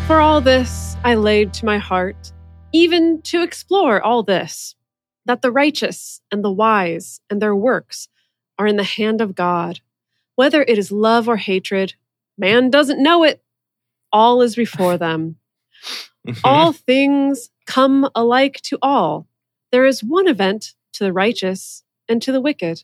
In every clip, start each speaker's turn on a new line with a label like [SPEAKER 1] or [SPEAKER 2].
[SPEAKER 1] For all this I laid to my heart, even to explore all this. that the righteous and the wise and their works are in the hand of God. Whether it is love or hatred, man doesn't know it. All is before them. All
[SPEAKER 2] Mm-hmm.
[SPEAKER 1] things come alike to all. There is one event to the righteous and to the wicked,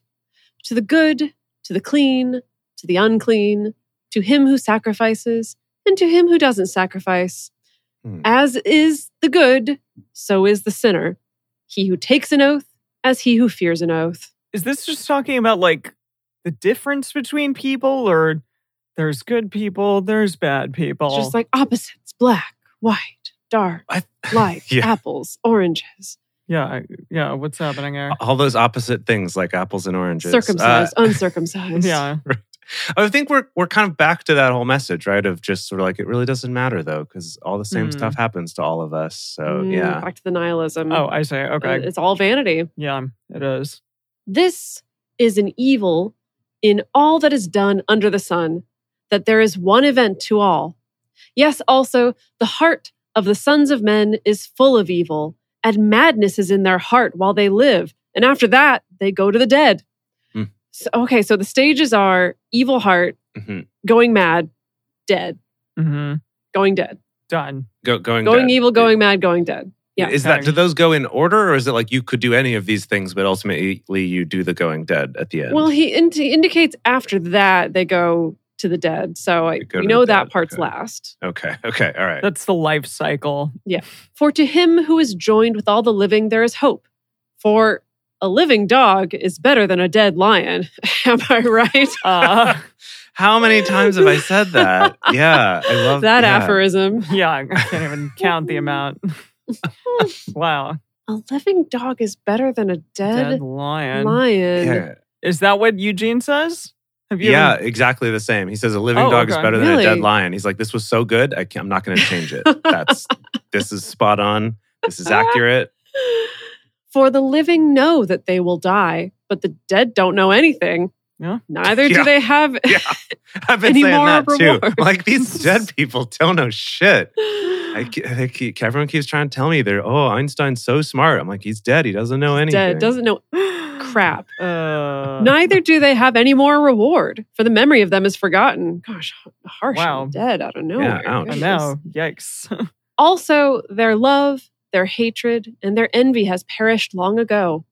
[SPEAKER 1] to the good, to the clean, to the unclean, to him who sacrifices, and to him who doesn't sacrifice.
[SPEAKER 2] Hmm.
[SPEAKER 1] As is the good, so is the sinner. He who takes an oath, as he who fears an oath.
[SPEAKER 3] Is this just talking about like the difference between people or there's good people, there's bad people?
[SPEAKER 1] It's just like opposites black, white, dark,
[SPEAKER 2] I-
[SPEAKER 1] light,
[SPEAKER 2] Yeah.
[SPEAKER 1] apples, oranges,
[SPEAKER 3] yeah, yeah, what's happening here?
[SPEAKER 2] all those opposite things like apples and oranges.
[SPEAKER 1] circumcised,
[SPEAKER 2] Uh,
[SPEAKER 1] uncircumcised.
[SPEAKER 3] Yeah.
[SPEAKER 2] I think we're we're kind of back to that whole message, right? Of just sort of like it really doesn't matter though, because all the same
[SPEAKER 3] Mm.
[SPEAKER 2] stuff happens to all of us. So
[SPEAKER 1] Mm,
[SPEAKER 2] Oh, yeah,
[SPEAKER 1] Back to the nihilism.
[SPEAKER 3] Oh, I see.
[SPEAKER 1] Uh,
[SPEAKER 3] Okay.
[SPEAKER 1] It's all vanity.
[SPEAKER 3] Yeah, it is.
[SPEAKER 1] This is an evil in all that is done under the sun, that there is one event to all. Yes, also, the heart of the sons of men is full of evil, and madness is in their heart while they live, and after that, they go to the dead.
[SPEAKER 2] Hmm.
[SPEAKER 1] So, okay, so the stages are evil heart,
[SPEAKER 2] Mhm.
[SPEAKER 1] going mad, dead,
[SPEAKER 3] hmm
[SPEAKER 1] going dead,
[SPEAKER 3] Done.
[SPEAKER 2] Go, going
[SPEAKER 1] going
[SPEAKER 2] dead.
[SPEAKER 1] evil, going mad, going dead. yeah.
[SPEAKER 2] Is that
[SPEAKER 3] Okay.
[SPEAKER 2] do those go in order, or is it like you could do any of these things, but ultimately you do the going dead at the end?
[SPEAKER 1] Well, he indi- indicates after that they go to the dead, so I,
[SPEAKER 2] They go
[SPEAKER 1] we
[SPEAKER 2] to the
[SPEAKER 1] know that
[SPEAKER 2] dead,
[SPEAKER 1] part's
[SPEAKER 2] okay.
[SPEAKER 1] last.
[SPEAKER 2] okay, okay, all right.
[SPEAKER 3] That's the life cycle.
[SPEAKER 1] For to him who is joined with all the living, there is hope. For a living dog is better than a dead lion. Am I right?
[SPEAKER 3] Uh,
[SPEAKER 2] How many times have I said that? Yeah, I love
[SPEAKER 1] that
[SPEAKER 2] yeah.
[SPEAKER 1] aphorism.
[SPEAKER 3] yeah, I can't even count the amount. wow.
[SPEAKER 1] A living dog is better than a
[SPEAKER 3] Dead,
[SPEAKER 1] dead,
[SPEAKER 3] lion.
[SPEAKER 1] lion.
[SPEAKER 2] Yeah,
[SPEAKER 3] Is that what Eugene says? Have you
[SPEAKER 2] yeah, exactly the same. He says a living
[SPEAKER 3] Oh,
[SPEAKER 2] dog is
[SPEAKER 3] okay.
[SPEAKER 2] better than a dead
[SPEAKER 1] Really?
[SPEAKER 2] lion. He's like, this was so good, I can't, I'm not going to change it. That's this is spot on. This
[SPEAKER 1] Ah.
[SPEAKER 2] is accurate.
[SPEAKER 1] For the living know that they will die, but the dead don't know anything.
[SPEAKER 3] Yeah.
[SPEAKER 1] Neither
[SPEAKER 2] Yeah.
[SPEAKER 1] do they have.
[SPEAKER 2] Yeah, I've been
[SPEAKER 1] Any
[SPEAKER 2] saying
[SPEAKER 1] more
[SPEAKER 2] that too.
[SPEAKER 1] rewards?
[SPEAKER 2] Like these dead people don't know shit. I, ke- they keep, everyone keeps trying to tell me they're oh Einstein's so smart. I'm like he's dead. He doesn't know anything.
[SPEAKER 1] dead doesn't know crap.
[SPEAKER 3] Uh,
[SPEAKER 1] Neither do they have any more reward, for the memory of them is forgotten. Gosh, harsh.
[SPEAKER 3] Wow.
[SPEAKER 1] and Dead out of nowhere.
[SPEAKER 2] ouch.
[SPEAKER 3] I
[SPEAKER 1] Goodness.
[SPEAKER 3] know. Yikes.
[SPEAKER 1] Also, their love, their hatred, and their envy has perished long ago.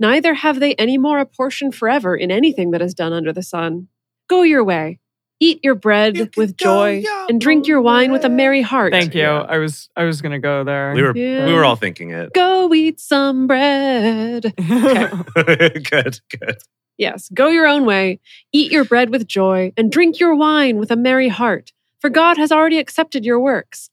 [SPEAKER 1] Neither have they any more a portion forever in anything that is done under the sun. Go your way. Eat your bread
[SPEAKER 2] You can
[SPEAKER 1] with
[SPEAKER 2] go
[SPEAKER 1] joy,
[SPEAKER 2] your
[SPEAKER 1] and drink your wine with a merry heart.
[SPEAKER 3] Thank you.
[SPEAKER 2] Yeah.
[SPEAKER 3] I was I was gonna go there.
[SPEAKER 2] We were
[SPEAKER 1] Yeah.
[SPEAKER 2] we were all thinking it.
[SPEAKER 1] Go eat some bread.
[SPEAKER 2] good, good.
[SPEAKER 1] Yes, go your own way. Eat your bread with joy, and drink your wine with a merry heart, for God has already accepted your works.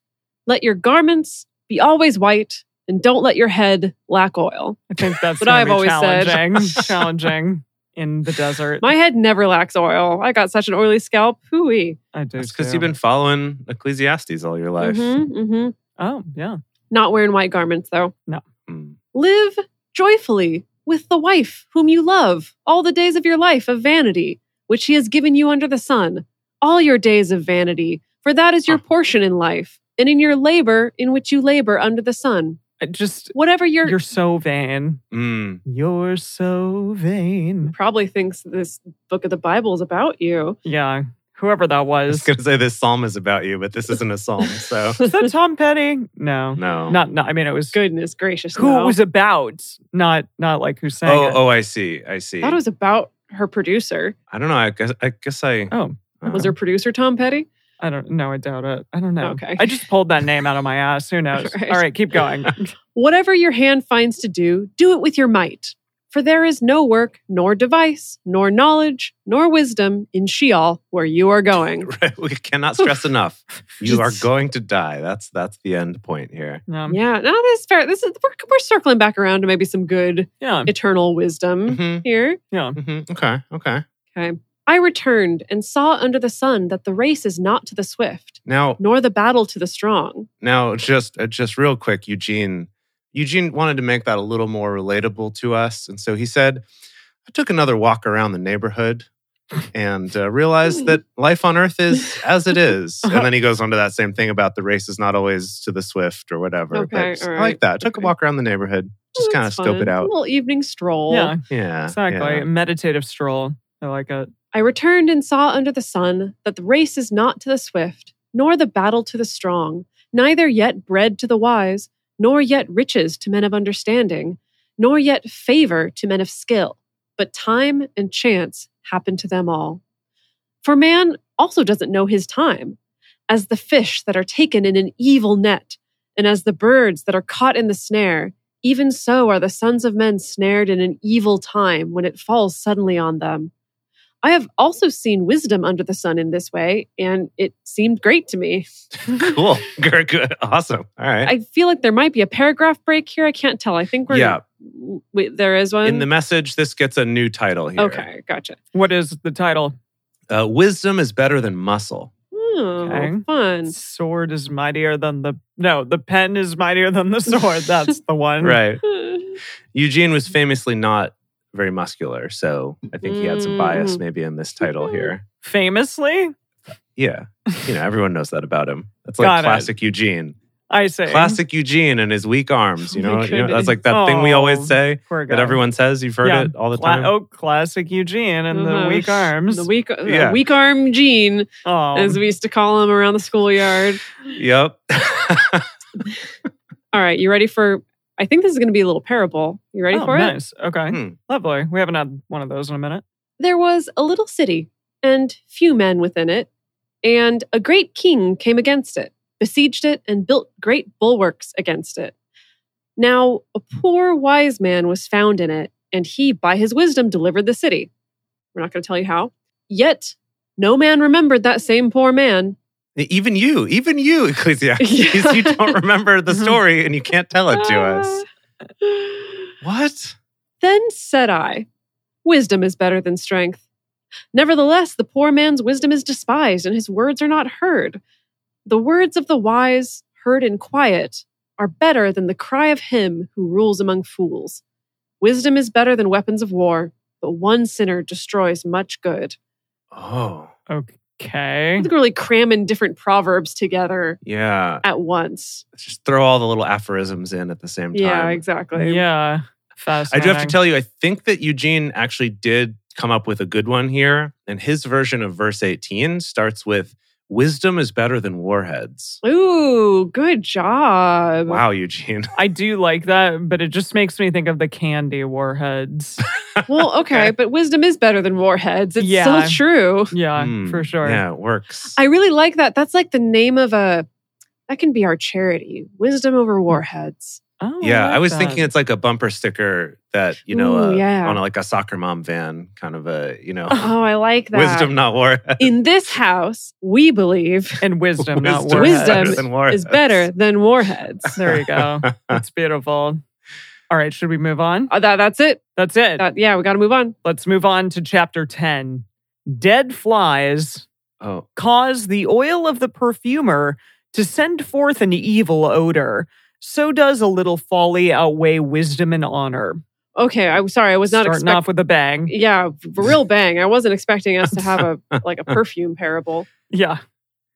[SPEAKER 1] Let your garments be always white, and don't let your head lack oil.
[SPEAKER 3] I think that's
[SPEAKER 1] What
[SPEAKER 3] gonna
[SPEAKER 1] I've
[SPEAKER 3] be
[SPEAKER 1] always said.
[SPEAKER 3] challenging. challenging in the desert.
[SPEAKER 1] My head never lacks oil. I got such an oily scalp. Hooey.
[SPEAKER 3] I do
[SPEAKER 2] It's because
[SPEAKER 3] too.
[SPEAKER 2] you've been following Ecclesiastes all your life.
[SPEAKER 1] Mhm, mhm.
[SPEAKER 3] Oh yeah.
[SPEAKER 1] Not wearing white garments, though.
[SPEAKER 2] Mm.
[SPEAKER 1] Live joyfully with the wife whom you love all the days of your life of vanity, which he has given you under the sun, all your days of vanity, for that is your
[SPEAKER 2] Huh.
[SPEAKER 1] portion in life, and in your labor in which you labor under the sun.
[SPEAKER 3] I just
[SPEAKER 1] Whatever your.
[SPEAKER 3] you're so vain.
[SPEAKER 2] Mm.
[SPEAKER 3] You're so vain.
[SPEAKER 1] Probably thinks this book of the Bible is about you.
[SPEAKER 3] Yeah. Whoever that
[SPEAKER 2] I was
[SPEAKER 3] was.
[SPEAKER 2] gonna say this psalm is about you, but this isn't a psalm. So
[SPEAKER 3] Was that Tom Petty? No.
[SPEAKER 2] no,
[SPEAKER 3] Not no I mean it was
[SPEAKER 1] Goodness gracious.
[SPEAKER 3] who
[SPEAKER 1] no.
[SPEAKER 3] it was about. Not not like who sang
[SPEAKER 2] Oh,
[SPEAKER 3] it.
[SPEAKER 2] oh, I see. I see.
[SPEAKER 1] thought it was about her producer.
[SPEAKER 2] I don't know. I guess. I guess I.
[SPEAKER 3] Oh.
[SPEAKER 2] uh,
[SPEAKER 1] Was her producer Tom Petty?
[SPEAKER 3] I don't know. I doubt it. I don't know.
[SPEAKER 1] Okay.
[SPEAKER 3] I just pulled that name out of my ass. Who knows?
[SPEAKER 1] Right.
[SPEAKER 3] All right, keep going.
[SPEAKER 1] Whatever your hand finds to do, do it with your might. For there is no work, nor device, nor knowledge, nor wisdom in Sheol where you are going.
[SPEAKER 2] Right, we cannot stress enough. You are
[SPEAKER 1] Just-
[SPEAKER 2] going to die. That's that's the end point here.
[SPEAKER 3] Um, yeah.
[SPEAKER 1] yeah, no, this is fair. This is we're, we're circling back around to maybe some good
[SPEAKER 3] Yeah.
[SPEAKER 1] eternal wisdom
[SPEAKER 2] hmm
[SPEAKER 1] here.
[SPEAKER 2] hmm Okay. Okay.
[SPEAKER 1] Okay. I returned and saw under the sun that the race is not to the swift,
[SPEAKER 2] Now,
[SPEAKER 1] nor the battle to the strong.
[SPEAKER 2] now, just uh, just real quick, Eugene. Eugene wanted to make that a little more relatable to us, and so he said, "I took another walk around the neighborhood. and uh, realized that life on Earth is as it is.
[SPEAKER 1] Uh-huh.
[SPEAKER 2] And then he goes on to that same thing about the race is not always to the swift or whatever.
[SPEAKER 1] Okay,
[SPEAKER 2] But
[SPEAKER 1] all
[SPEAKER 2] I like
[SPEAKER 1] right,
[SPEAKER 2] that. Took a
[SPEAKER 1] okay.
[SPEAKER 2] walk around the neighborhood, just kind of
[SPEAKER 1] Oh, That's
[SPEAKER 2] scope
[SPEAKER 1] fun.
[SPEAKER 2] it
[SPEAKER 1] A
[SPEAKER 2] out.
[SPEAKER 1] little evening stroll.
[SPEAKER 3] Yeah,
[SPEAKER 2] Yeah,
[SPEAKER 3] exactly.
[SPEAKER 2] yeah.
[SPEAKER 3] Meditative stroll. I like it.
[SPEAKER 1] I returned and saw under the sun that the race is not to the swift, nor the battle to the strong, neither yet bread to the wise, nor yet riches to men of understanding, nor yet favor to men of skill, but time and chance happen to them all. For man also doesn't know his time, as the fish that are taken in an evil net, and as the birds that are caught in the snare, even so are the sons of men snared in an evil time when it falls suddenly on them. I have also seen wisdom under the sun in this way, and it seemed great to me.
[SPEAKER 2] Cool. Good, good. Awesome. All right.
[SPEAKER 1] I feel like there might be a paragraph break here. I can't tell. I think we're
[SPEAKER 2] Yeah.
[SPEAKER 1] Wait, there is one.
[SPEAKER 2] In the message, this gets a new title here.
[SPEAKER 1] okay, gotcha.
[SPEAKER 3] What is the title?
[SPEAKER 2] Uh, Wisdom is better than muscle.
[SPEAKER 1] Oh,
[SPEAKER 3] Okay.
[SPEAKER 1] fun.
[SPEAKER 3] Sword is mightier than the no. The pen is mightier than the sword. That's the one.
[SPEAKER 2] Right. Eugene was famously not very muscular, so I think he had some bias
[SPEAKER 1] Mm.
[SPEAKER 2] maybe in this title here.
[SPEAKER 3] Famously,
[SPEAKER 2] Yeah. You know, everyone knows that about him. That's like
[SPEAKER 3] Got it.
[SPEAKER 2] classic Eugene.
[SPEAKER 3] I say.
[SPEAKER 2] Classic Eugene and his weak arms. You
[SPEAKER 1] Oh my
[SPEAKER 2] know, you know that's
[SPEAKER 1] goodness.
[SPEAKER 2] like that thing we always
[SPEAKER 3] Oh,
[SPEAKER 2] say
[SPEAKER 3] Poor
[SPEAKER 2] that
[SPEAKER 3] guy.
[SPEAKER 2] everyone says. You've heard
[SPEAKER 3] Yeah.
[SPEAKER 2] it all the
[SPEAKER 3] Cla-
[SPEAKER 2] time.
[SPEAKER 3] oh, classic Eugene and
[SPEAKER 1] Uh-huh.
[SPEAKER 3] the weak arms.
[SPEAKER 1] The weak,
[SPEAKER 2] Yeah. Um,
[SPEAKER 1] the weak arm Gene,
[SPEAKER 3] oh,
[SPEAKER 1] as we used to call him around the schoolyard.
[SPEAKER 2] Yep.
[SPEAKER 1] All right, you ready for? I think this is going to be a little parable. You ready
[SPEAKER 3] oh,
[SPEAKER 1] for it?
[SPEAKER 3] nice. Okay.
[SPEAKER 2] Hmm.
[SPEAKER 3] Lovely. We haven't had one of those in a minute.
[SPEAKER 1] There was a little city, and few men within it, and a great king came against it, besieged it, and built great bulwarks against it. Now a poor wise man was found in it, and he by his wisdom delivered the city. We're not going to tell you how. Yet no man remembered that same poor man.
[SPEAKER 2] even you, even you, Ecclesiastes, you don't remember the story and you can't tell it to us.
[SPEAKER 1] Ah.
[SPEAKER 2] What?
[SPEAKER 1] Then said I, Wisdom is better than strength. Nevertheless, the poor man's wisdom is despised, and his words are not heard. The words of the wise, heard in quiet, are better than the cry of him who rules among fools. Wisdom is better than weapons of war, but one sinner destroys much good.
[SPEAKER 2] Oh,
[SPEAKER 1] I
[SPEAKER 3] Okay.
[SPEAKER 1] think we're really cramming different proverbs together
[SPEAKER 2] yeah.
[SPEAKER 1] at once.
[SPEAKER 2] Just throw all the little aphorisms in at the same time.
[SPEAKER 1] Yeah, exactly.
[SPEAKER 3] Yeah.
[SPEAKER 2] I
[SPEAKER 3] Fascinating.
[SPEAKER 2] do have to tell you, I think that Eugene actually did come up with a good one here. And his version of verse 18 starts with Wisdom is better than warheads.
[SPEAKER 1] Ooh, good job.
[SPEAKER 2] Wow, Eugene.
[SPEAKER 3] I do like that, but it just makes me think of the candy warheads.
[SPEAKER 1] Well, okay, but wisdom is better than warheads. It's
[SPEAKER 3] Yeah.
[SPEAKER 1] so true.
[SPEAKER 3] yeah,
[SPEAKER 2] Hmm.
[SPEAKER 3] for sure.
[SPEAKER 2] Yeah, it works.
[SPEAKER 1] I really like that. That's like the name of a that can be our charity. Wisdom over warheads.
[SPEAKER 3] Oh,
[SPEAKER 2] yeah, I
[SPEAKER 3] like
[SPEAKER 2] was
[SPEAKER 3] that.
[SPEAKER 2] thinking it's like a bumper sticker that, you know,
[SPEAKER 1] Ooh,
[SPEAKER 2] uh,
[SPEAKER 1] yeah.
[SPEAKER 2] on a, like a soccer mom van, kind of a, you know,
[SPEAKER 1] Oh, I like that.
[SPEAKER 2] wisdom, not warhead.
[SPEAKER 1] in this house, we believe
[SPEAKER 3] and wisdom, not
[SPEAKER 2] Wisdom
[SPEAKER 3] warheads.
[SPEAKER 2] is better
[SPEAKER 1] Wisdom
[SPEAKER 2] than warheads.
[SPEAKER 1] is better than warheads.
[SPEAKER 3] There you go. That's beautiful. All right, should we move on?
[SPEAKER 1] Uh, that, that's it.
[SPEAKER 3] That's it.
[SPEAKER 1] That, yeah, we got to move on.
[SPEAKER 3] Let's move on to chapter 10. Dead flies
[SPEAKER 2] Oh,
[SPEAKER 3] cause the oil of the perfumer to send forth an evil odor. So does a little folly outweigh wisdom and honor.
[SPEAKER 1] Okay, I'm sorry. I was not
[SPEAKER 3] Starting
[SPEAKER 1] expecting.
[SPEAKER 3] off with a bang.
[SPEAKER 1] Yeah, a real bang. I wasn't expecting us to have a like a perfume parable.
[SPEAKER 3] Yeah.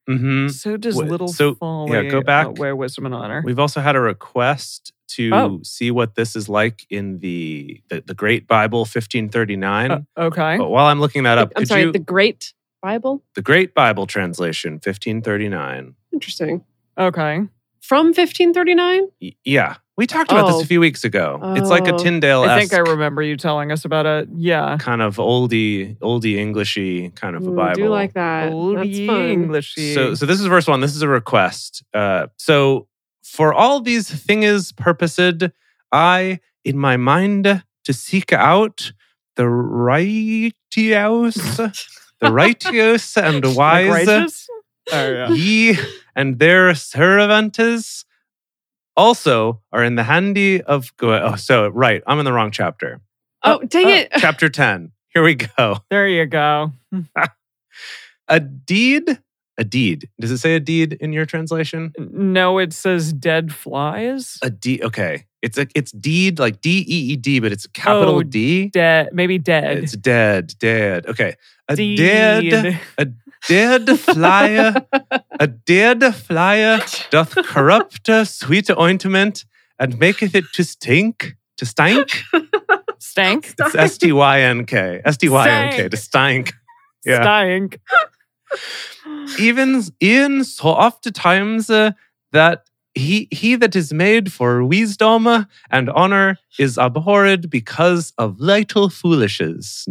[SPEAKER 2] mm-hmm.
[SPEAKER 3] So does
[SPEAKER 2] Wha-
[SPEAKER 3] little
[SPEAKER 2] so-
[SPEAKER 3] folly
[SPEAKER 2] yeah, go back.
[SPEAKER 3] outweigh wisdom and honor.
[SPEAKER 2] We've also had a request to
[SPEAKER 3] Oh.
[SPEAKER 2] see what this is like in the the, the Great Bible 1539.
[SPEAKER 3] Uh, okay.
[SPEAKER 2] But while I'm looking that up,
[SPEAKER 1] I'm
[SPEAKER 2] could
[SPEAKER 1] sorry.
[SPEAKER 2] you
[SPEAKER 1] The
[SPEAKER 2] the,
[SPEAKER 1] Great Bible.
[SPEAKER 2] Great Bible Translation 1539?
[SPEAKER 1] Interesting.
[SPEAKER 2] Oh.
[SPEAKER 3] Okay.
[SPEAKER 1] From 1539.
[SPEAKER 2] Y- yeah, we talked about
[SPEAKER 1] Oh.
[SPEAKER 2] this a few weeks ago. It's like a
[SPEAKER 1] Oh.
[SPEAKER 2] Tyndale
[SPEAKER 3] I think I
[SPEAKER 2] esque
[SPEAKER 3] remember you telling us about it. Yeah.
[SPEAKER 2] kind of oldie oldie Englishy kind of a
[SPEAKER 1] Ooh, I
[SPEAKER 2] Bible.
[SPEAKER 1] do like that. Uh, That's
[SPEAKER 3] Oldie
[SPEAKER 1] fun.
[SPEAKER 3] Englishy.
[SPEAKER 2] So, so this is verse one. This is a request. Uh, so, for all these things purposed, I in my mind to seek out the righteous, the righteous and
[SPEAKER 3] Like
[SPEAKER 2] wise,
[SPEAKER 3] righteous? Oh, yeah.
[SPEAKER 2] ye and their servants also are in the handy of. go- Oh, so right, I'm in the wrong chapter.
[SPEAKER 1] Oh, dang
[SPEAKER 3] Oh.
[SPEAKER 1] it.
[SPEAKER 2] Chapter ten. Here we go.
[SPEAKER 3] There you go.
[SPEAKER 2] A deed a deed. Does it say a deed in your translation?
[SPEAKER 3] No, it says dead flies.
[SPEAKER 2] A deed. Okay, it's a it's deed like D E E D, but it's a capital
[SPEAKER 3] Oh,
[SPEAKER 2] D.
[SPEAKER 3] dead, maybe dead.
[SPEAKER 2] It's dead, dead. Okay, a
[SPEAKER 3] Deed.
[SPEAKER 2] dead, dead flyer, a dead flyer doth corrupt a sweet ointment and maketh it to stink, to stink.
[SPEAKER 3] Stank.
[SPEAKER 2] It's S T Y N K, S T Y N K, to stink. Yeah.
[SPEAKER 3] Stank.
[SPEAKER 2] even in so oft times uh, that he he that is made for wisdom and honor is abhorred because of little foolishness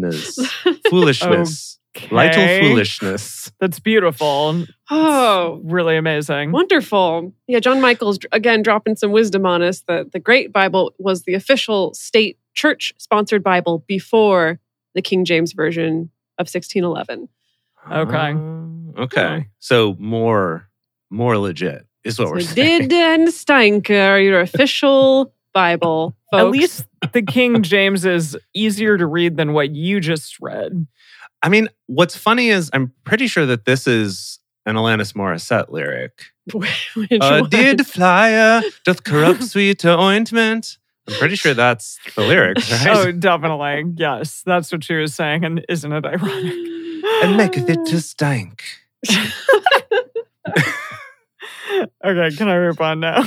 [SPEAKER 2] foolishness little
[SPEAKER 3] Okay.
[SPEAKER 2] foolishness
[SPEAKER 3] That's beautiful.
[SPEAKER 1] Oh,
[SPEAKER 3] Really amazing.
[SPEAKER 1] wonderful. Yeah, John Michaels, again, dropping some wisdom on us that the Great Bible was the official state church sponsored Bible before the King James Version of 1611.
[SPEAKER 3] Okay. Um,
[SPEAKER 2] Uh, okay so more more legit is what
[SPEAKER 1] So
[SPEAKER 2] we're saying
[SPEAKER 1] did uh, and stank are your official Bible, folks.
[SPEAKER 3] At least the King James is easier to read than what you just read.
[SPEAKER 2] i mean what's funny is i'm pretty sure that this is an alanis morissette lyric
[SPEAKER 1] Which
[SPEAKER 2] Uh,
[SPEAKER 1] one?
[SPEAKER 2] did flyer doth corrupt sweet ointment? I'm pretty sure that's the lyrics,
[SPEAKER 3] Oh,
[SPEAKER 2] right?
[SPEAKER 3] definitely. Yes. That's what she was saying. And isn't it ironic?
[SPEAKER 2] and maketh it to stank.
[SPEAKER 3] Okay. Can I move on now?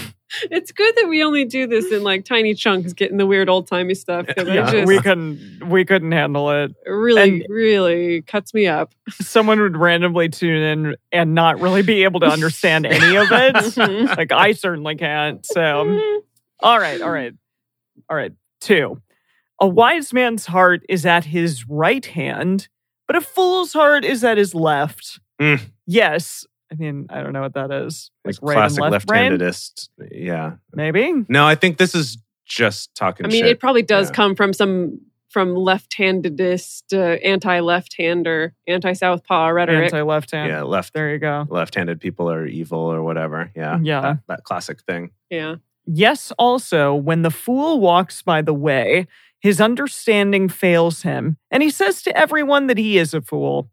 [SPEAKER 1] It's good that we only do this in like tiny chunks, getting the weird old timey stuff. Because
[SPEAKER 2] Yeah.
[SPEAKER 1] I just
[SPEAKER 3] We couldn't we couldn't handle it.
[SPEAKER 1] really,
[SPEAKER 3] and-
[SPEAKER 1] really cuts me up.
[SPEAKER 3] Someone would randomly tune in and not really be able to understand any of it.
[SPEAKER 1] Mhm.
[SPEAKER 3] like I certainly can't. So All right, all right, all right. Two. A wise man's heart is at his right hand, but a fool's heart is at his left.
[SPEAKER 2] Mm.
[SPEAKER 3] Yes. I mean, I don't know what that is. Like
[SPEAKER 2] It's
[SPEAKER 3] right
[SPEAKER 2] classic
[SPEAKER 3] and left brain?
[SPEAKER 2] left-handedist. Yeah.
[SPEAKER 3] Maybe.
[SPEAKER 2] No, I think this is just talking
[SPEAKER 1] I mean,
[SPEAKER 2] shit.
[SPEAKER 1] it probably does
[SPEAKER 2] Yeah.
[SPEAKER 1] come from some from left-handedist, uh, anti-left-hander, anti-southpaw rhetoric.
[SPEAKER 3] Anti left hand.
[SPEAKER 2] yeah, left
[SPEAKER 3] There you go.
[SPEAKER 2] left-handed people are evil or whatever. Yeah.
[SPEAKER 3] Yeah.
[SPEAKER 2] That, that classic thing.
[SPEAKER 1] yeah,
[SPEAKER 3] Yes, also, when the fool walks by the way, his understanding fails him, and he says to everyone that he is a fool.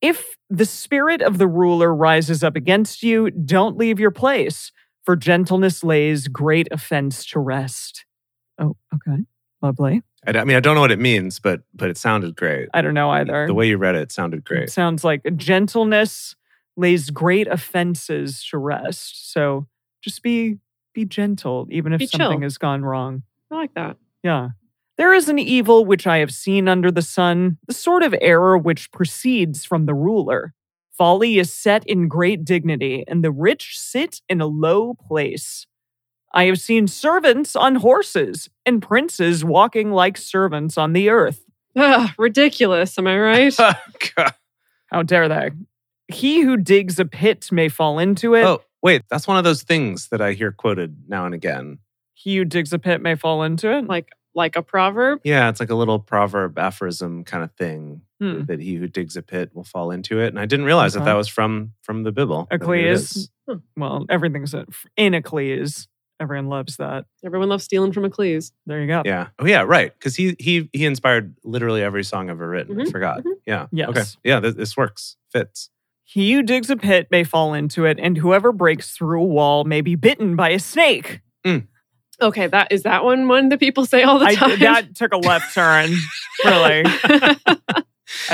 [SPEAKER 3] If the spirit of the ruler rises up against you, don't leave your place, for gentleness lays great offense to rest. Oh, okay. Lovely.
[SPEAKER 2] I, d- I mean, I don't know what it means, but but it sounded great.
[SPEAKER 3] I don't know either.
[SPEAKER 2] The way you read it sounded
[SPEAKER 3] It
[SPEAKER 2] great.
[SPEAKER 3] sounds like gentleness lays great offenses to rest. So just be be gentle, even if
[SPEAKER 1] Be
[SPEAKER 3] something
[SPEAKER 1] chill.
[SPEAKER 3] has gone wrong.
[SPEAKER 1] I like that.
[SPEAKER 3] Yeah. There is an evil which I have seen under the sun, the sort of error which proceeds from the ruler. Folly is set in great dignity, and the rich sit in a low place. I have seen servants on horses, and princes walking like servants on the earth.
[SPEAKER 1] Ugh, ridiculous, am I right?
[SPEAKER 3] Oh,
[SPEAKER 2] God.
[SPEAKER 3] How dare they? He who digs a pit may fall into it.
[SPEAKER 2] oh, wait, that's one of those things that I hear quoted now and again.
[SPEAKER 3] He who digs a pit may fall into it.
[SPEAKER 1] like like a proverb.
[SPEAKER 2] Yeah, it's like a little proverb aphorism kind of thing
[SPEAKER 3] Hmm. Uh-huh.
[SPEAKER 2] that he who digs a pit will fall into it. And I didn't realize that
[SPEAKER 3] Okay.
[SPEAKER 2] that was from from the Bible. that here it
[SPEAKER 3] Achilles.
[SPEAKER 2] is.
[SPEAKER 3] well, everything's in Achilles. Everyone loves that.
[SPEAKER 1] Everyone loves stealing from Eccles.
[SPEAKER 3] There you go.
[SPEAKER 2] Yeah. Oh yeah, right. Because he he he inspired literally every song ever written. I
[SPEAKER 1] Mhm,
[SPEAKER 2] forgot.
[SPEAKER 1] mhm.
[SPEAKER 2] Yeah. Okay.
[SPEAKER 3] Mm-hmm, Yes.
[SPEAKER 2] Yeah. This, this works. Fits.
[SPEAKER 3] He who digs a pit may fall into it, and whoever breaks through a wall may be bitten by a snake.
[SPEAKER 1] Okay, that is that one one that people say all the
[SPEAKER 3] I,
[SPEAKER 1] time.
[SPEAKER 3] that took a left turn. really, I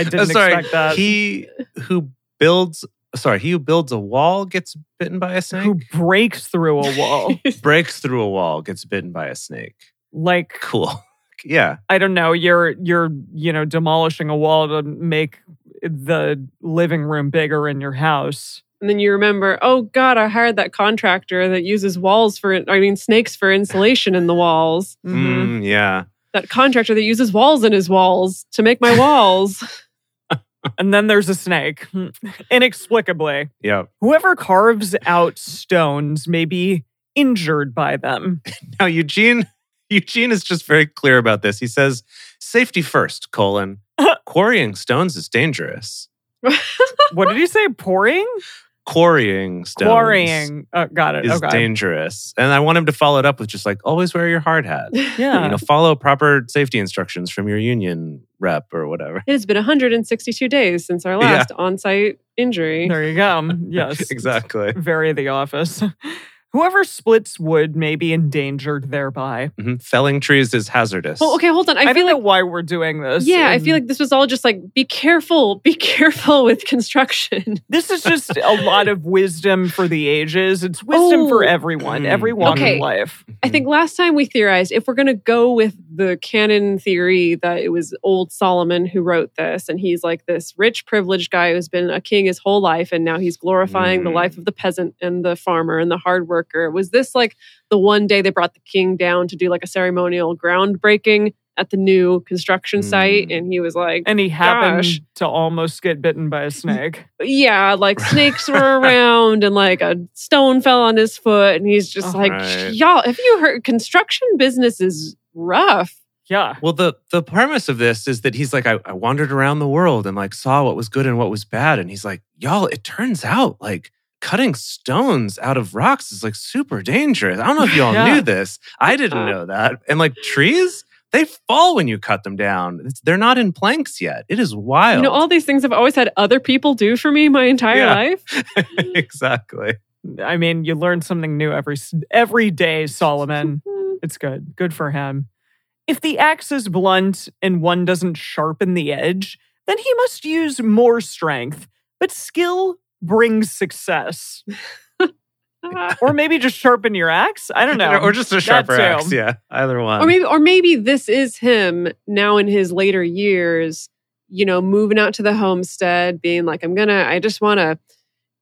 [SPEAKER 3] didn't
[SPEAKER 2] Oh, sorry.
[SPEAKER 3] expect that.
[SPEAKER 2] He who builds. Sorry. He who builds a wall gets bitten by a
[SPEAKER 3] who
[SPEAKER 2] snake.
[SPEAKER 3] breaks through a wall?
[SPEAKER 2] breaks through a wall gets bitten by a snake.
[SPEAKER 3] like
[SPEAKER 2] Cool. yeah.
[SPEAKER 3] I don't know. You're you're you know demolishing a wall to make the living room bigger in your house.
[SPEAKER 1] And then you remember, oh God, I hired that contractor that uses walls for, I mean, snakes for insulation in the walls.
[SPEAKER 3] Mhm.
[SPEAKER 2] Mm, yeah.
[SPEAKER 1] That contractor that uses walls in his walls to make my walls.
[SPEAKER 3] And then there's a snake, inexplicably.
[SPEAKER 2] Yeah.
[SPEAKER 3] Whoever carves out stones may be injured by them.
[SPEAKER 2] Now Eugene Eugene is just very clear about this. He says, "Safety first, colon. Quarrying stones is dangerous.
[SPEAKER 3] what did he say? Pouring.
[SPEAKER 2] Quarrying stones
[SPEAKER 3] quarrying. Oh, got it.
[SPEAKER 2] is
[SPEAKER 3] okay.
[SPEAKER 2] dangerous." And I want him to follow it up with just like, "Always wear your hard hat. You
[SPEAKER 3] Yeah.
[SPEAKER 2] know, follow proper safety instructions from your union rep or whatever."
[SPEAKER 1] It has been 162 days since our last on site injury.
[SPEAKER 3] There you go. Yes.
[SPEAKER 2] exactly.
[SPEAKER 3] Very the office. Whoever splits wood may be endangered thereby.
[SPEAKER 2] hmm Felling trees is hazardous.
[SPEAKER 1] Well, okay, hold on. I,
[SPEAKER 3] I,
[SPEAKER 1] feel
[SPEAKER 3] feel
[SPEAKER 1] like
[SPEAKER 3] know why we're doing this.
[SPEAKER 1] yeah, I
[SPEAKER 3] and
[SPEAKER 1] feel like this was all just like be careful, be careful with construction.
[SPEAKER 3] this is just a lot of wisdom for the ages. It's wisdom for
[SPEAKER 1] Oh.
[SPEAKER 3] everyone,
[SPEAKER 2] Mm.
[SPEAKER 3] every walk
[SPEAKER 1] Okay.
[SPEAKER 3] of life.
[SPEAKER 1] I think last time we theorized if we're going to go with the canon theory that it was old Solomon who wrote this, and he's like this rich, privileged guy who's been a king his whole life, and now he's glorifying the
[SPEAKER 2] Mm.
[SPEAKER 1] life of the peasant and the farmer and the hard worker. Was this like the one day they brought the king down to do like a ceremonial groundbreaking at the new construction site?
[SPEAKER 2] Mm.
[SPEAKER 1] And he was like,
[SPEAKER 3] And he happened
[SPEAKER 1] Gosh.
[SPEAKER 3] to almost get bitten by a snake.
[SPEAKER 1] yeah, like snakes were around and like a stone fell on his foot. And he's just
[SPEAKER 3] Oh.
[SPEAKER 1] like,
[SPEAKER 2] Right.
[SPEAKER 1] y'all, have you heard construction business is rough?
[SPEAKER 3] Yeah.
[SPEAKER 2] Well, the the premise of this is that he's like, I, I wandered around the world and like saw what was good and what was bad, and he's like, y'all, it turns out like cutting stones out of rocks is like super dangerous. I don't know if y'all
[SPEAKER 3] Yeah.
[SPEAKER 2] knew this. I didn't know that. And like trees, they fall when you cut them down. It's, they're not in planks yet. It is wild.
[SPEAKER 1] You know, all these things I've always had other people do for me my entire
[SPEAKER 2] Yeah.
[SPEAKER 1] life.
[SPEAKER 2] exactly.
[SPEAKER 3] I mean, you learn something new every s- every day, Solomon. It's good. Good for him. If the axe is blunt and one doesn't sharpen the edge, then he must use more strength. But skill brings success.
[SPEAKER 1] Ah.
[SPEAKER 3] Or maybe just sharpen your axe. I don't know.
[SPEAKER 2] Or just a
[SPEAKER 3] That
[SPEAKER 2] sharper
[SPEAKER 3] too.
[SPEAKER 2] axe. Yeah, either one.
[SPEAKER 1] or maybe or maybe this is him now in his later years, you know, moving out to the homestead, being like, I'm gonna, I just wanna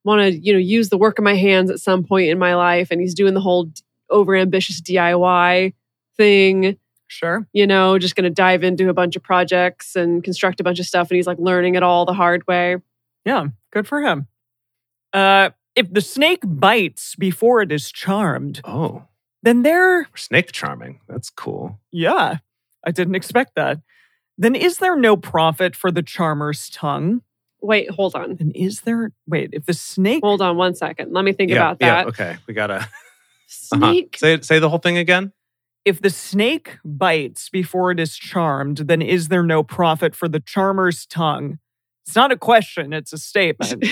[SPEAKER 1] wanna, you know, use the work of my hands at some point in my life. And he's doing the whole over ambitious DIY thing.
[SPEAKER 3] Sure.
[SPEAKER 1] you know, just going to dive into a bunch of projects and construct a bunch of stuff. And he's like learning it all the hard way.
[SPEAKER 3] Yeah. Good for him. Uh, if the snake bites before it is charmed,
[SPEAKER 2] oh,
[SPEAKER 3] then there
[SPEAKER 2] snake charming. That's cool.
[SPEAKER 3] Yeah, I didn't expect that. Then is there no profit for the charmer's tongue?
[SPEAKER 1] Wait, hold on.
[SPEAKER 3] And is there, wait, if the snake,
[SPEAKER 1] Hold on one second. Let me think
[SPEAKER 2] yeah,
[SPEAKER 1] about that.
[SPEAKER 2] yeah. Okay, we gotta uh-huh.
[SPEAKER 1] Snake.
[SPEAKER 2] say say the whole thing again.
[SPEAKER 3] if the snake bites before it is charmed, then is there no profit for the charmer's tongue? It's not a question, it's a statement.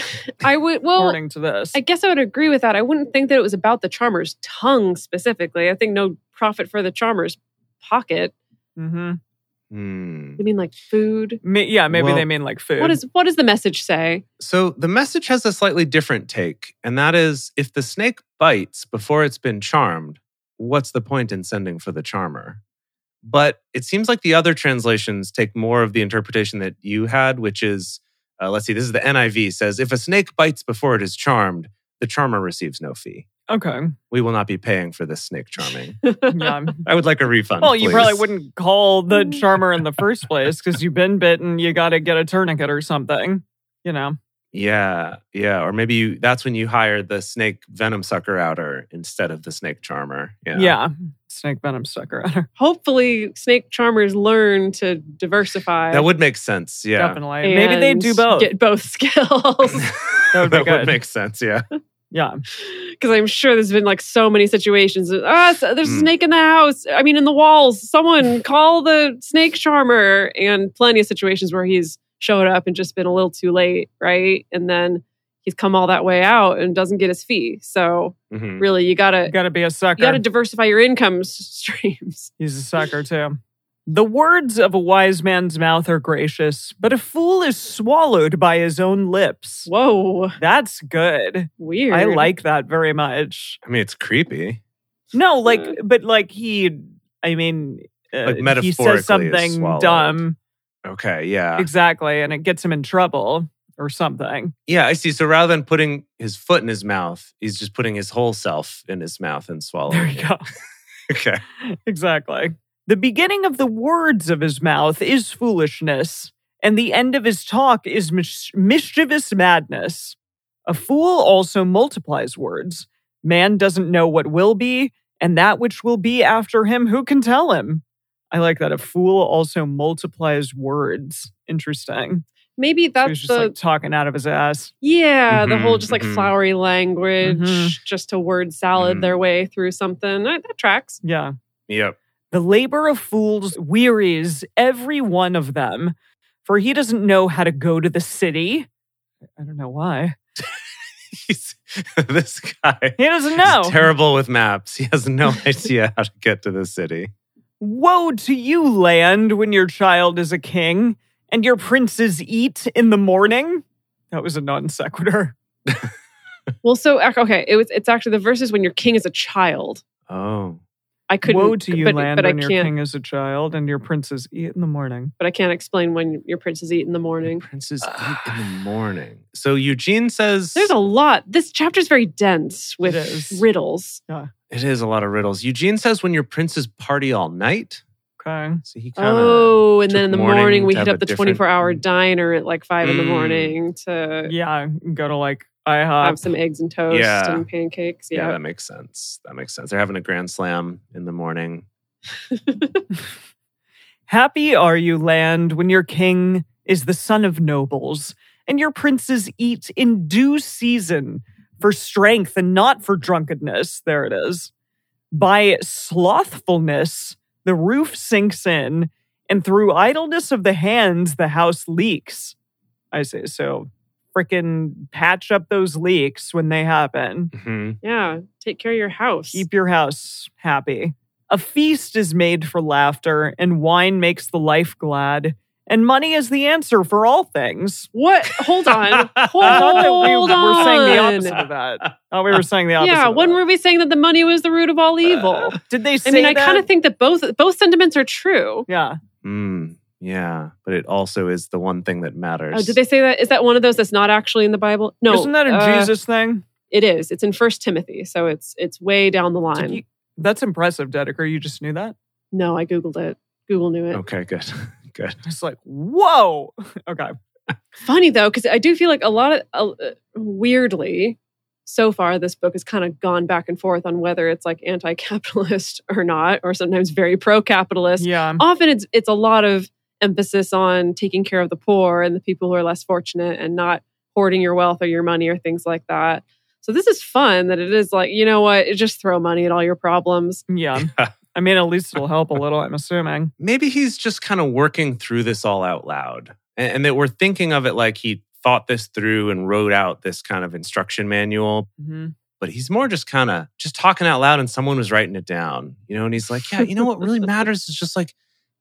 [SPEAKER 1] I would, well,
[SPEAKER 3] according to this.
[SPEAKER 1] I guess I would agree with that. I wouldn't think that it was about the charmer's tongue specifically. I think no profit for the charmer's pocket.
[SPEAKER 3] hmm
[SPEAKER 2] Hmm.
[SPEAKER 1] I mean, like food.
[SPEAKER 3] yeah, maybe
[SPEAKER 2] Well,
[SPEAKER 3] they mean like food.
[SPEAKER 1] What is what does the message say?
[SPEAKER 2] So the message has a slightly different take, and that is if the snake bites before it's been charmed, what's the point in sending for the charmer? But it seems like the other translations take more of the interpretation that you had, which is uh, let's see, this is the NIV says, if a snake bites before it is charmed, the charmer receives no fee.
[SPEAKER 3] okay.
[SPEAKER 2] We will not be paying for this snake charming.
[SPEAKER 3] Yeah.
[SPEAKER 2] I would like a refund.
[SPEAKER 3] Well, you
[SPEAKER 2] please.
[SPEAKER 3] probably wouldn't call the charmer in the first place because you've been bitten. You got to get a tourniquet or something, you know?
[SPEAKER 2] Yeah, yeah. Or maybe you, that's when you hire the snake venom sucker outer instead of the snake charmer. Yeah.
[SPEAKER 3] Yeah. Snake venom sucker on her.
[SPEAKER 1] Hopefully, snake charmers learn to diversify.
[SPEAKER 2] That would make sense. Yeah.
[SPEAKER 3] Definitely. Maybe they
[SPEAKER 1] and
[SPEAKER 3] do both.
[SPEAKER 1] Get both skills.
[SPEAKER 3] That would be good.
[SPEAKER 2] make sense. Yeah.
[SPEAKER 3] yeah.
[SPEAKER 1] because I'm sure there's been like so many situations. Ah, s- there's a
[SPEAKER 3] Hmm.
[SPEAKER 2] Mm.
[SPEAKER 1] snake in the house. I mean, in the walls. Someone call the snake charmer. And plenty of situations where he's showed up and just been a little too late, right? And then he's come all that way out and doesn't get his fee. So
[SPEAKER 2] Mhm.
[SPEAKER 1] really, you gotta
[SPEAKER 3] Got to be a
[SPEAKER 1] you
[SPEAKER 3] sucker.
[SPEAKER 1] gotta diversify your income s- streams.
[SPEAKER 3] He's a sucker too. The words of a wise man's mouth are gracious, but a fool is swallowed by his own lips.
[SPEAKER 1] Whoa,
[SPEAKER 3] That's good.
[SPEAKER 1] weird.
[SPEAKER 3] I like that very much.
[SPEAKER 2] I mean, it's creepy.
[SPEAKER 3] No, like, but like he, I mean, uh,
[SPEAKER 2] Like metaphorically
[SPEAKER 3] he says
[SPEAKER 2] is
[SPEAKER 3] something
[SPEAKER 2] swallowed. Ah.
[SPEAKER 3] dumb.
[SPEAKER 2] Okay. Yeah.
[SPEAKER 3] Exactly. And it gets him in trouble or something.
[SPEAKER 2] yeah. I see. So rather than putting his foot in his mouth, he's just putting his whole self in his mouth and
[SPEAKER 3] There
[SPEAKER 2] swallowing.
[SPEAKER 3] you go.
[SPEAKER 2] okay.
[SPEAKER 3] exactly. The beginning of the words of his mouth is foolishness, and the end of his talk is mis- mischievous madness. A fool also multiplies words. Man doesn't know what will be, and that which will be after him, who can tell him? I like that. A fool also multiplies words. Interesting. So
[SPEAKER 1] Maybe
[SPEAKER 3] he's
[SPEAKER 1] that's
[SPEAKER 3] just
[SPEAKER 1] the
[SPEAKER 3] like "Mm-hmm, talking out of his ass.
[SPEAKER 1] yeah, the whole
[SPEAKER 2] Mhm,
[SPEAKER 1] just like
[SPEAKER 2] mhm.
[SPEAKER 1] flowery language,
[SPEAKER 3] Mhm.
[SPEAKER 1] just to word salad
[SPEAKER 3] Mm-hmm.
[SPEAKER 2] Mhm.
[SPEAKER 1] their way through something. Uh, that tracks.
[SPEAKER 3] Yeah.
[SPEAKER 2] Yep.
[SPEAKER 3] The labor of fools wearies every one of them, for he doesn't know how to go to the city. I don't know why.
[SPEAKER 2] He's- this guy
[SPEAKER 3] He doesn't
[SPEAKER 2] is
[SPEAKER 3] know.
[SPEAKER 2] terrible with maps. He has no idea how to get to the city.
[SPEAKER 3] Woe to you, land, when your child is a king and your princes eat in the morning. That was a non sequitur.
[SPEAKER 1] Well, so ac- okay, it was. It's actually the verses when your king is a child.
[SPEAKER 2] Oh.
[SPEAKER 1] I couldn't.
[SPEAKER 3] Woe to you,
[SPEAKER 1] but,
[SPEAKER 3] land,
[SPEAKER 1] but I
[SPEAKER 3] when your
[SPEAKER 1] can't.
[SPEAKER 3] king is a child and your princes eat in the morning.
[SPEAKER 1] But I can't explain when your princes eat in the morning.
[SPEAKER 2] Princes eat in the morning. So Eugene says
[SPEAKER 1] There's a lot. This chapter's very dense with
[SPEAKER 3] It is.
[SPEAKER 1] riddles.
[SPEAKER 2] it is a lot of riddles. Eugene says when your princes party all night.
[SPEAKER 3] Okay.
[SPEAKER 2] So he kind of
[SPEAKER 1] oh, and
[SPEAKER 2] took
[SPEAKER 1] then in the
[SPEAKER 2] morning
[SPEAKER 1] morning, we
[SPEAKER 2] to
[SPEAKER 1] hit
[SPEAKER 2] have
[SPEAKER 1] up
[SPEAKER 2] a
[SPEAKER 1] the 24 hour
[SPEAKER 2] different-
[SPEAKER 1] diner at like five in the
[SPEAKER 2] Mm.
[SPEAKER 1] morning to
[SPEAKER 3] Yeah, go to like
[SPEAKER 1] have
[SPEAKER 3] IHOP.
[SPEAKER 1] some eggs and toast
[SPEAKER 2] Yeah.
[SPEAKER 1] and pancakes.
[SPEAKER 2] yeah,
[SPEAKER 1] Yeah.
[SPEAKER 2] that makes sense. That makes sense. They're having a grand slam in the morning.
[SPEAKER 3] Happy are you, land, when your king is the son of nobles and your princes eat in due season for strength and not for drunkenness. There it is. By slothfulness, the roof sinks in, and through idleness of the hands, the house leaks. I say, so frickin' patch up those leaks when they happen.
[SPEAKER 1] Mm-hmm.
[SPEAKER 2] Mhm.
[SPEAKER 1] yeah. Take care of your house.
[SPEAKER 3] Keep your house happy. A feast is made for laughter, and wine makes the life glad, and money is the answer for all things.
[SPEAKER 1] What? Hold on.
[SPEAKER 3] I thought that we
[SPEAKER 1] Hold
[SPEAKER 3] were saying the
[SPEAKER 1] on.
[SPEAKER 3] opposite of that. Oh, we were saying the opposite.
[SPEAKER 1] yeah.
[SPEAKER 3] of
[SPEAKER 1] When
[SPEAKER 3] that.
[SPEAKER 1] were we saying that the money was the root of all evil?
[SPEAKER 3] did they Uh, say
[SPEAKER 1] I mean, I
[SPEAKER 3] that?
[SPEAKER 1] kind of think that both both sentiments are true.
[SPEAKER 3] yeah.
[SPEAKER 2] Mm, yeah, but it also is the one thing that matters.
[SPEAKER 1] Oh, did they say that? Is that one of those that's not actually in the Bible? No,
[SPEAKER 3] Isn't that a
[SPEAKER 1] uh,
[SPEAKER 3] Jesus thing?
[SPEAKER 1] It is. It's in First Timothy, so it's it's way down the
[SPEAKER 3] Did
[SPEAKER 1] line.
[SPEAKER 3] you- that's impressive, Dedeker. You just knew that.
[SPEAKER 1] no, I googled it. Google knew it.
[SPEAKER 2] Okay, good. Good.
[SPEAKER 3] It's like, whoa. Okay.
[SPEAKER 1] Funny though, because I do feel like a lot of uh, weirdly, so far this book has kind of gone back and forth on whether it's like anti-capitalist or not, or sometimes very pro-capitalist.
[SPEAKER 3] Yeah.
[SPEAKER 1] Often it's it's a lot of emphasis on taking care of the poor and the people who are less fortunate and not hoarding your wealth or your money or things like that. So this is fun that it is like you know what, just throw money at all your problems.
[SPEAKER 3] Yeah. I mean, at least it'll help a little, I'm assuming.
[SPEAKER 2] Maybe he's just kind of working through this all out loud and, and that we're thinking of it like he thought this through and wrote out this kind of instruction manual,
[SPEAKER 1] Mm-hmm.
[SPEAKER 3] hmm
[SPEAKER 2] but he's more just kind of just talking out loud and someone was writing it down, you know, and he's like, yeah, you know what really matters is just like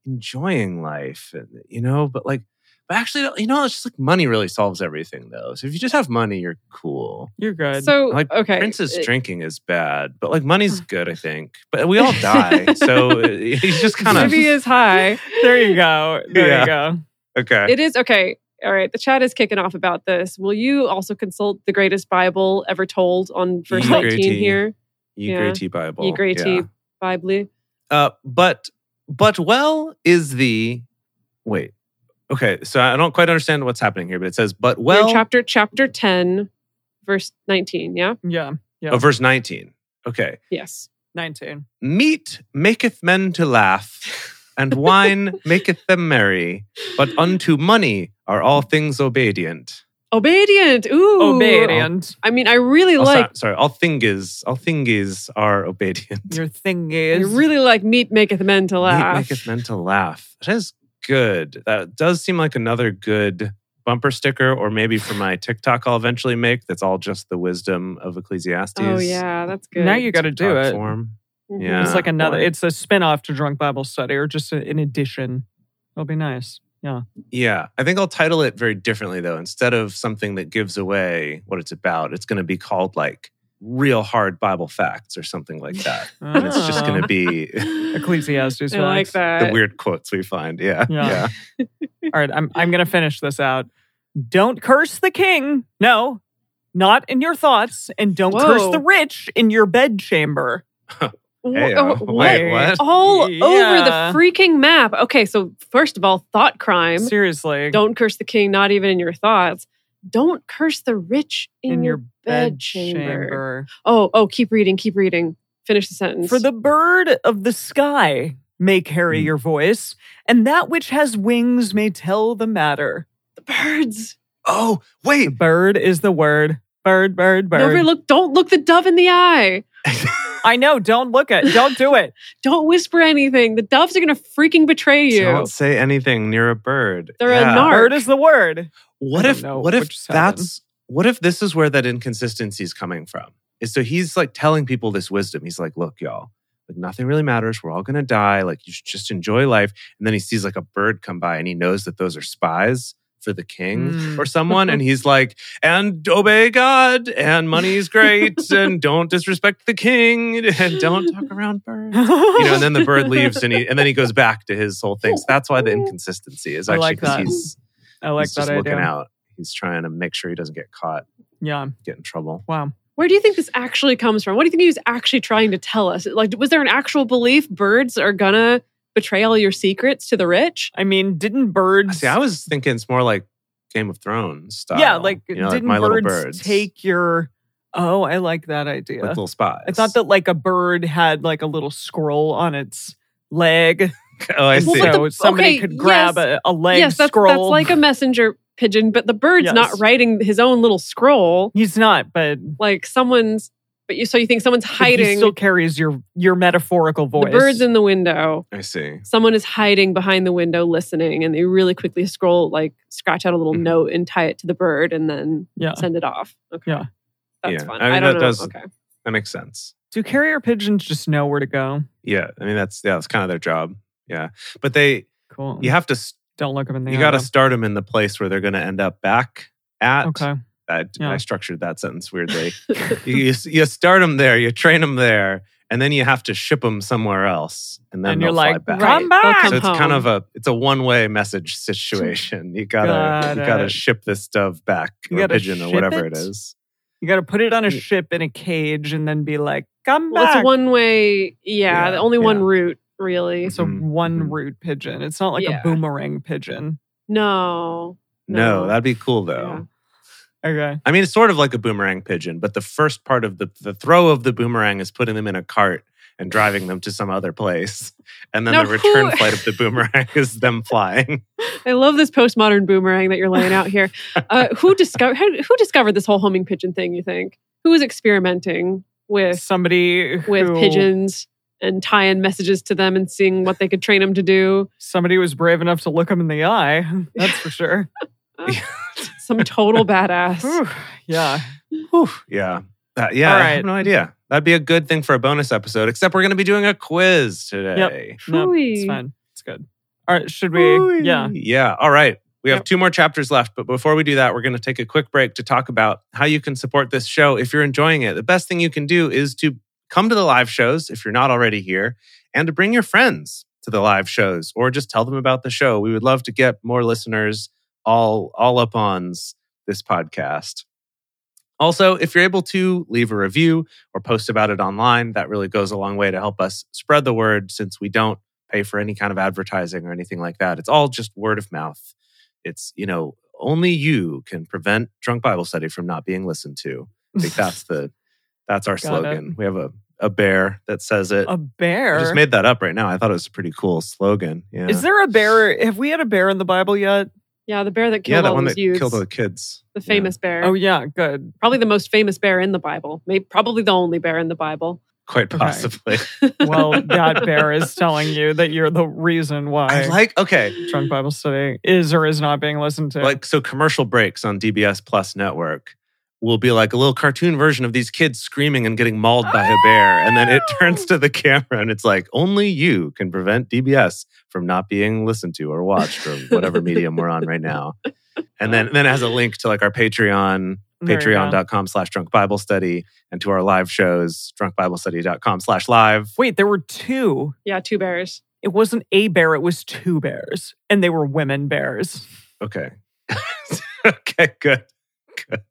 [SPEAKER 2] enjoying life, and, you know, but like, but actually, you know, it's just like money really solves everything though. So if you just have money, you're cool.
[SPEAKER 3] You're good.
[SPEAKER 1] So
[SPEAKER 2] Like,
[SPEAKER 1] okay,
[SPEAKER 2] Prince's
[SPEAKER 1] Uh,
[SPEAKER 2] drinking is bad, but like money's good, I think. But we all die, so uh, he's just kind of
[SPEAKER 1] Maybe is high.
[SPEAKER 3] there you go. There
[SPEAKER 2] Yeah.
[SPEAKER 3] you go.
[SPEAKER 2] okay.
[SPEAKER 1] It is okay. All right, the chat is kicking off about this. Will you also consult the greatest Bible ever told on verse
[SPEAKER 2] Ye
[SPEAKER 1] 19
[SPEAKER 2] Greaty.
[SPEAKER 1] here?
[SPEAKER 2] Ye
[SPEAKER 1] Yeah.
[SPEAKER 2] Greaty Bible.
[SPEAKER 1] Ye Greaty
[SPEAKER 2] Yeah.
[SPEAKER 1] Bible.
[SPEAKER 2] Uh, but but well is the wait. Okay, so I don't quite understand what's happening here, but it says but
[SPEAKER 1] Well,
[SPEAKER 2] well
[SPEAKER 1] chapter chapter 10 verse 19, yeah?
[SPEAKER 3] Yeah.
[SPEAKER 2] oh, verse 19. Okay.
[SPEAKER 1] Yes.
[SPEAKER 3] 19.
[SPEAKER 2] Meat maketh men to laugh, and wine maketh them merry, but unto money are all things obedient.
[SPEAKER 1] Obedient. Ooh.
[SPEAKER 3] Obedient.
[SPEAKER 1] I mean, I really
[SPEAKER 2] Oh, so-
[SPEAKER 1] like
[SPEAKER 2] sorry, all thingies, all thingies are obedient.
[SPEAKER 3] Your thing
[SPEAKER 1] I
[SPEAKER 3] is
[SPEAKER 1] really like meat maketh men to
[SPEAKER 2] Meat
[SPEAKER 1] laugh.
[SPEAKER 2] maketh men to laugh. That is good. That does seem like another good bumper sticker, or maybe for my TikTok I'll eventually make that's all just the wisdom of Ecclesiastes.
[SPEAKER 1] Oh yeah, that's good.
[SPEAKER 3] now you got to do
[SPEAKER 2] TikTok
[SPEAKER 3] it.
[SPEAKER 2] Form.
[SPEAKER 1] Mhm.
[SPEAKER 2] yeah.
[SPEAKER 3] It's like another.
[SPEAKER 2] Boy.
[SPEAKER 3] It's a spin-off to Drunk Bible Study, or just a, an addition. It'll be nice.
[SPEAKER 2] Yeah. I think I'll title it very differently though. Instead of something that gives away what it's about, it's going to be called like real hard Bible facts or something like that. And it's just going to be
[SPEAKER 3] Ah. Ecclesiastes.
[SPEAKER 1] I like
[SPEAKER 3] facts.
[SPEAKER 1] that.
[SPEAKER 2] the weird quotes we find. Yeah.
[SPEAKER 3] Yeah. All right, I'm I'm gonna finish this out. Don't curse the king. No, not in your thoughts, and don't
[SPEAKER 1] Whoa.
[SPEAKER 3] curse the rich in your bedchamber.
[SPEAKER 1] Wh-
[SPEAKER 2] Hey,
[SPEAKER 1] oh,
[SPEAKER 2] uh, wait, what?
[SPEAKER 1] All over the
[SPEAKER 3] Yeah.
[SPEAKER 1] freaking map. Okay, so first of all, thought crime.
[SPEAKER 3] Seriously,
[SPEAKER 1] Don't curse the king, not even in your thoughts. Don't curse the rich in, your, bedchamber.
[SPEAKER 3] bedchamber.
[SPEAKER 1] Oh, oh, keep reading, keep reading. Finish the sentence.
[SPEAKER 3] For the bird of the sky may carry
[SPEAKER 2] Hmm.
[SPEAKER 3] your voice, and that which has wings may tell the matter.
[SPEAKER 1] The birds.
[SPEAKER 2] Oh, wait.
[SPEAKER 3] The bird is the word. Bird, bird, bird.
[SPEAKER 1] Don't look, don't look the dove in the eye.
[SPEAKER 3] I know. Don't look at. Don't do it.
[SPEAKER 1] Don't whisper anything. The doves are going to freaking betray you.
[SPEAKER 2] Don't say anything near a bird.
[SPEAKER 1] They're a nar-
[SPEAKER 3] Bird is the word.
[SPEAKER 2] What
[SPEAKER 3] I
[SPEAKER 2] if
[SPEAKER 3] don't know
[SPEAKER 2] what
[SPEAKER 3] what
[SPEAKER 2] if
[SPEAKER 3] just happened.
[SPEAKER 2] that's what if this is where that inconsistency is coming from? Is so he's like telling people this wisdom. He's like, look, y'all, like nothing really matters. We're all gonna die. Like you should just enjoy life. And then he sees like a bird come by and he knows that those are spies for the king
[SPEAKER 3] Mm.
[SPEAKER 2] or someone. and he's like, and obey God and money is great and don't disrespect the king and don't talk around birds. You know, and then the bird leaves and he and then he goes back to his whole thing. So that's why the inconsistency is
[SPEAKER 3] I
[SPEAKER 2] actually
[SPEAKER 3] like
[SPEAKER 2] because
[SPEAKER 3] that.
[SPEAKER 2] he's
[SPEAKER 3] I like
[SPEAKER 2] he's
[SPEAKER 3] that
[SPEAKER 2] just
[SPEAKER 3] idea.
[SPEAKER 2] looking out. He's trying to make sure he doesn't get caught,
[SPEAKER 3] Yeah.
[SPEAKER 2] get in trouble.
[SPEAKER 3] Wow.
[SPEAKER 1] Where do you think this actually comes from? What do you think he was actually trying to tell us? Like, was there an actual belief birds are going to betray all your secrets to the rich?
[SPEAKER 3] I mean, didn't birds?
[SPEAKER 2] See, I was thinking it's more like Game of Thrones style.
[SPEAKER 3] yeah, like
[SPEAKER 2] you know,
[SPEAKER 3] didn't
[SPEAKER 2] my
[SPEAKER 3] birds,
[SPEAKER 2] little birds
[SPEAKER 3] take your? Oh, I like that idea.
[SPEAKER 2] like little spies?
[SPEAKER 3] I thought that like a bird had like a little scroll on its leg,
[SPEAKER 2] Oh, I
[SPEAKER 3] and
[SPEAKER 2] see.
[SPEAKER 1] Well, what the-
[SPEAKER 3] so somebody
[SPEAKER 1] okay,
[SPEAKER 3] could grab
[SPEAKER 1] yes.
[SPEAKER 3] a, a leg
[SPEAKER 1] yes, that's,
[SPEAKER 3] scroll.
[SPEAKER 1] that's like a messenger pigeon, but the bird's
[SPEAKER 3] Yes.
[SPEAKER 1] not writing his own little scroll.
[SPEAKER 3] He's not, but he
[SPEAKER 1] Like someone's, but you so you think someone's hiding
[SPEAKER 3] still carries your your metaphorical
[SPEAKER 1] the
[SPEAKER 3] voice.
[SPEAKER 1] birds in the window.
[SPEAKER 2] I see.
[SPEAKER 1] Someone is hiding behind the window listening, and they really quickly scroll, like scratch out a little
[SPEAKER 2] Mhm.
[SPEAKER 1] note and tie it to the bird, and then
[SPEAKER 3] Mm-hmm. yeah.
[SPEAKER 1] send it off. Okay,
[SPEAKER 3] Yeah.
[SPEAKER 1] that's
[SPEAKER 2] Yeah,
[SPEAKER 1] fun.
[SPEAKER 2] I
[SPEAKER 1] I,
[SPEAKER 2] mean,
[SPEAKER 1] don't
[SPEAKER 2] that
[SPEAKER 1] know.
[SPEAKER 2] does-
[SPEAKER 1] okay,
[SPEAKER 2] That makes sense.
[SPEAKER 3] Do carrier pigeons just know where to go?
[SPEAKER 2] Yeah, I mean that's yeah, that's kind of their job. Yeah, but they
[SPEAKER 3] Cool.
[SPEAKER 2] you have to s-
[SPEAKER 3] Don't look them in the
[SPEAKER 2] you
[SPEAKER 3] eye,
[SPEAKER 2] got to
[SPEAKER 3] though.
[SPEAKER 2] start them in the place where they're going to end up back at.
[SPEAKER 3] Okay.
[SPEAKER 2] I,
[SPEAKER 3] Yeah.
[SPEAKER 2] I structured that sentence weirdly. you, you you start them there, you train them there, and then you have to ship them somewhere else, and then
[SPEAKER 3] And you're
[SPEAKER 2] they'll fly
[SPEAKER 3] like,
[SPEAKER 2] back.
[SPEAKER 3] Come
[SPEAKER 1] they'll
[SPEAKER 3] back!
[SPEAKER 1] come
[SPEAKER 2] so it's
[SPEAKER 1] home.
[SPEAKER 2] kind of a it's a one way message situation. You gotta
[SPEAKER 3] Got
[SPEAKER 2] you gotta
[SPEAKER 3] it.
[SPEAKER 2] ship this dove back
[SPEAKER 3] You
[SPEAKER 2] or
[SPEAKER 3] gotta
[SPEAKER 2] pigeon or
[SPEAKER 3] ship
[SPEAKER 2] whatever it
[SPEAKER 3] it?
[SPEAKER 2] is.
[SPEAKER 3] You got to put it on a
[SPEAKER 2] Yeah.
[SPEAKER 3] ship in a cage and then be like, "Come
[SPEAKER 1] well,
[SPEAKER 3] back."
[SPEAKER 1] it's one way. Yeah,
[SPEAKER 2] Yeah,
[SPEAKER 1] the only one
[SPEAKER 2] yeah.
[SPEAKER 1] route, really.
[SPEAKER 3] It's a
[SPEAKER 2] Mhm,
[SPEAKER 3] one
[SPEAKER 2] mhm.
[SPEAKER 3] root pigeon. It's not like
[SPEAKER 1] Yeah.
[SPEAKER 3] a boomerang pigeon.
[SPEAKER 1] No,
[SPEAKER 2] No,
[SPEAKER 1] No.
[SPEAKER 2] that'd be cool though.
[SPEAKER 1] Yeah.
[SPEAKER 3] Okay.
[SPEAKER 2] I mean, it's sort of like a boomerang pigeon, but the first part of the the throw of the boomerang is putting them in a cart and driving them to some other place, and then
[SPEAKER 1] Now,
[SPEAKER 2] the return
[SPEAKER 1] who-
[SPEAKER 2] flight of the boomerang is them flying.
[SPEAKER 1] I love this postmodern boomerang that you're laying out here. Uh, who discovered who discovered this whole homing pigeon thing? You think who was experimenting with
[SPEAKER 3] Somebody
[SPEAKER 1] with
[SPEAKER 3] who-
[SPEAKER 1] pigeons and tying messages to them and seeing what they could train them to do?
[SPEAKER 3] Somebody was brave enough to look him in the eye. That's for sure.
[SPEAKER 1] Some total badass.
[SPEAKER 3] Whew. yeah.
[SPEAKER 2] Whew, yeah. Uh, yeah,
[SPEAKER 3] All
[SPEAKER 2] I have
[SPEAKER 3] right.
[SPEAKER 2] no idea. That'd be a good thing for a bonus episode, except we're going to be doing a quiz today.
[SPEAKER 3] No, it's
[SPEAKER 1] Phooey.
[SPEAKER 3] fine. It's good. All right. Should we? Yeah.
[SPEAKER 2] Yeah. All right. We have
[SPEAKER 1] Yep.
[SPEAKER 2] two more chapters left, but before we do that, we're going to take a quick break to talk about how you can support this show if you're enjoying it. The best thing you can do is to come to the live shows if you're not already here and to bring your friends to the live shows or just tell them about the show. We would love to get more listeners all all up on this podcast. Also, if you're able to leave a review or post about it online, that really goes a long way to help us spread the word since we don't pay for any kind of advertising or anything like that. It's all just word of mouth. It's, you know, only you can prevent drunk Bible study from not being listened to. I think that's the that's our
[SPEAKER 3] Got it.
[SPEAKER 2] slogan. We have a, a bear that says it.
[SPEAKER 3] a bear.
[SPEAKER 2] I just made that up right now. I thought it was a pretty cool slogan. Yeah.
[SPEAKER 3] Is there a bear? Have we had a bear in the Bible yet?
[SPEAKER 1] Yeah, the bear that killed
[SPEAKER 2] yeah, that
[SPEAKER 1] all
[SPEAKER 2] one
[SPEAKER 1] those
[SPEAKER 2] that
[SPEAKER 1] youths,
[SPEAKER 2] killed all the kids.
[SPEAKER 1] the
[SPEAKER 2] Yeah.
[SPEAKER 1] famous bear,
[SPEAKER 3] Oh yeah, good.
[SPEAKER 1] probably the most famous bear in the Bible, maybe probably the only bear in the Bible.
[SPEAKER 2] Quite
[SPEAKER 3] Okay.
[SPEAKER 2] possibly.
[SPEAKER 3] Well, that bear is telling you that you're the reason
[SPEAKER 2] I
[SPEAKER 3] why
[SPEAKER 2] like okay.
[SPEAKER 3] drunk Bible study is or is not being listened to.
[SPEAKER 2] like so commercial breaks on DBS Plus network will be like a little cartoon version of these kids screaming and getting mauled by a bear and then it
[SPEAKER 3] Oh!
[SPEAKER 2] turns to the camera and it's like only you can prevent DBS from not being listened to or watched or whatever medium we're on right now. And then then it has a link to like our Patreon
[SPEAKER 3] There you go.
[SPEAKER 2] patreon.com slash drunk bible study and to our live shows drunkbiblestudy.com slash live
[SPEAKER 3] Wait, there were two.
[SPEAKER 1] Yeah, two bears.
[SPEAKER 3] It wasn't a bear, it was two bears. And they were women bears.
[SPEAKER 2] Okay. okay, good. Good.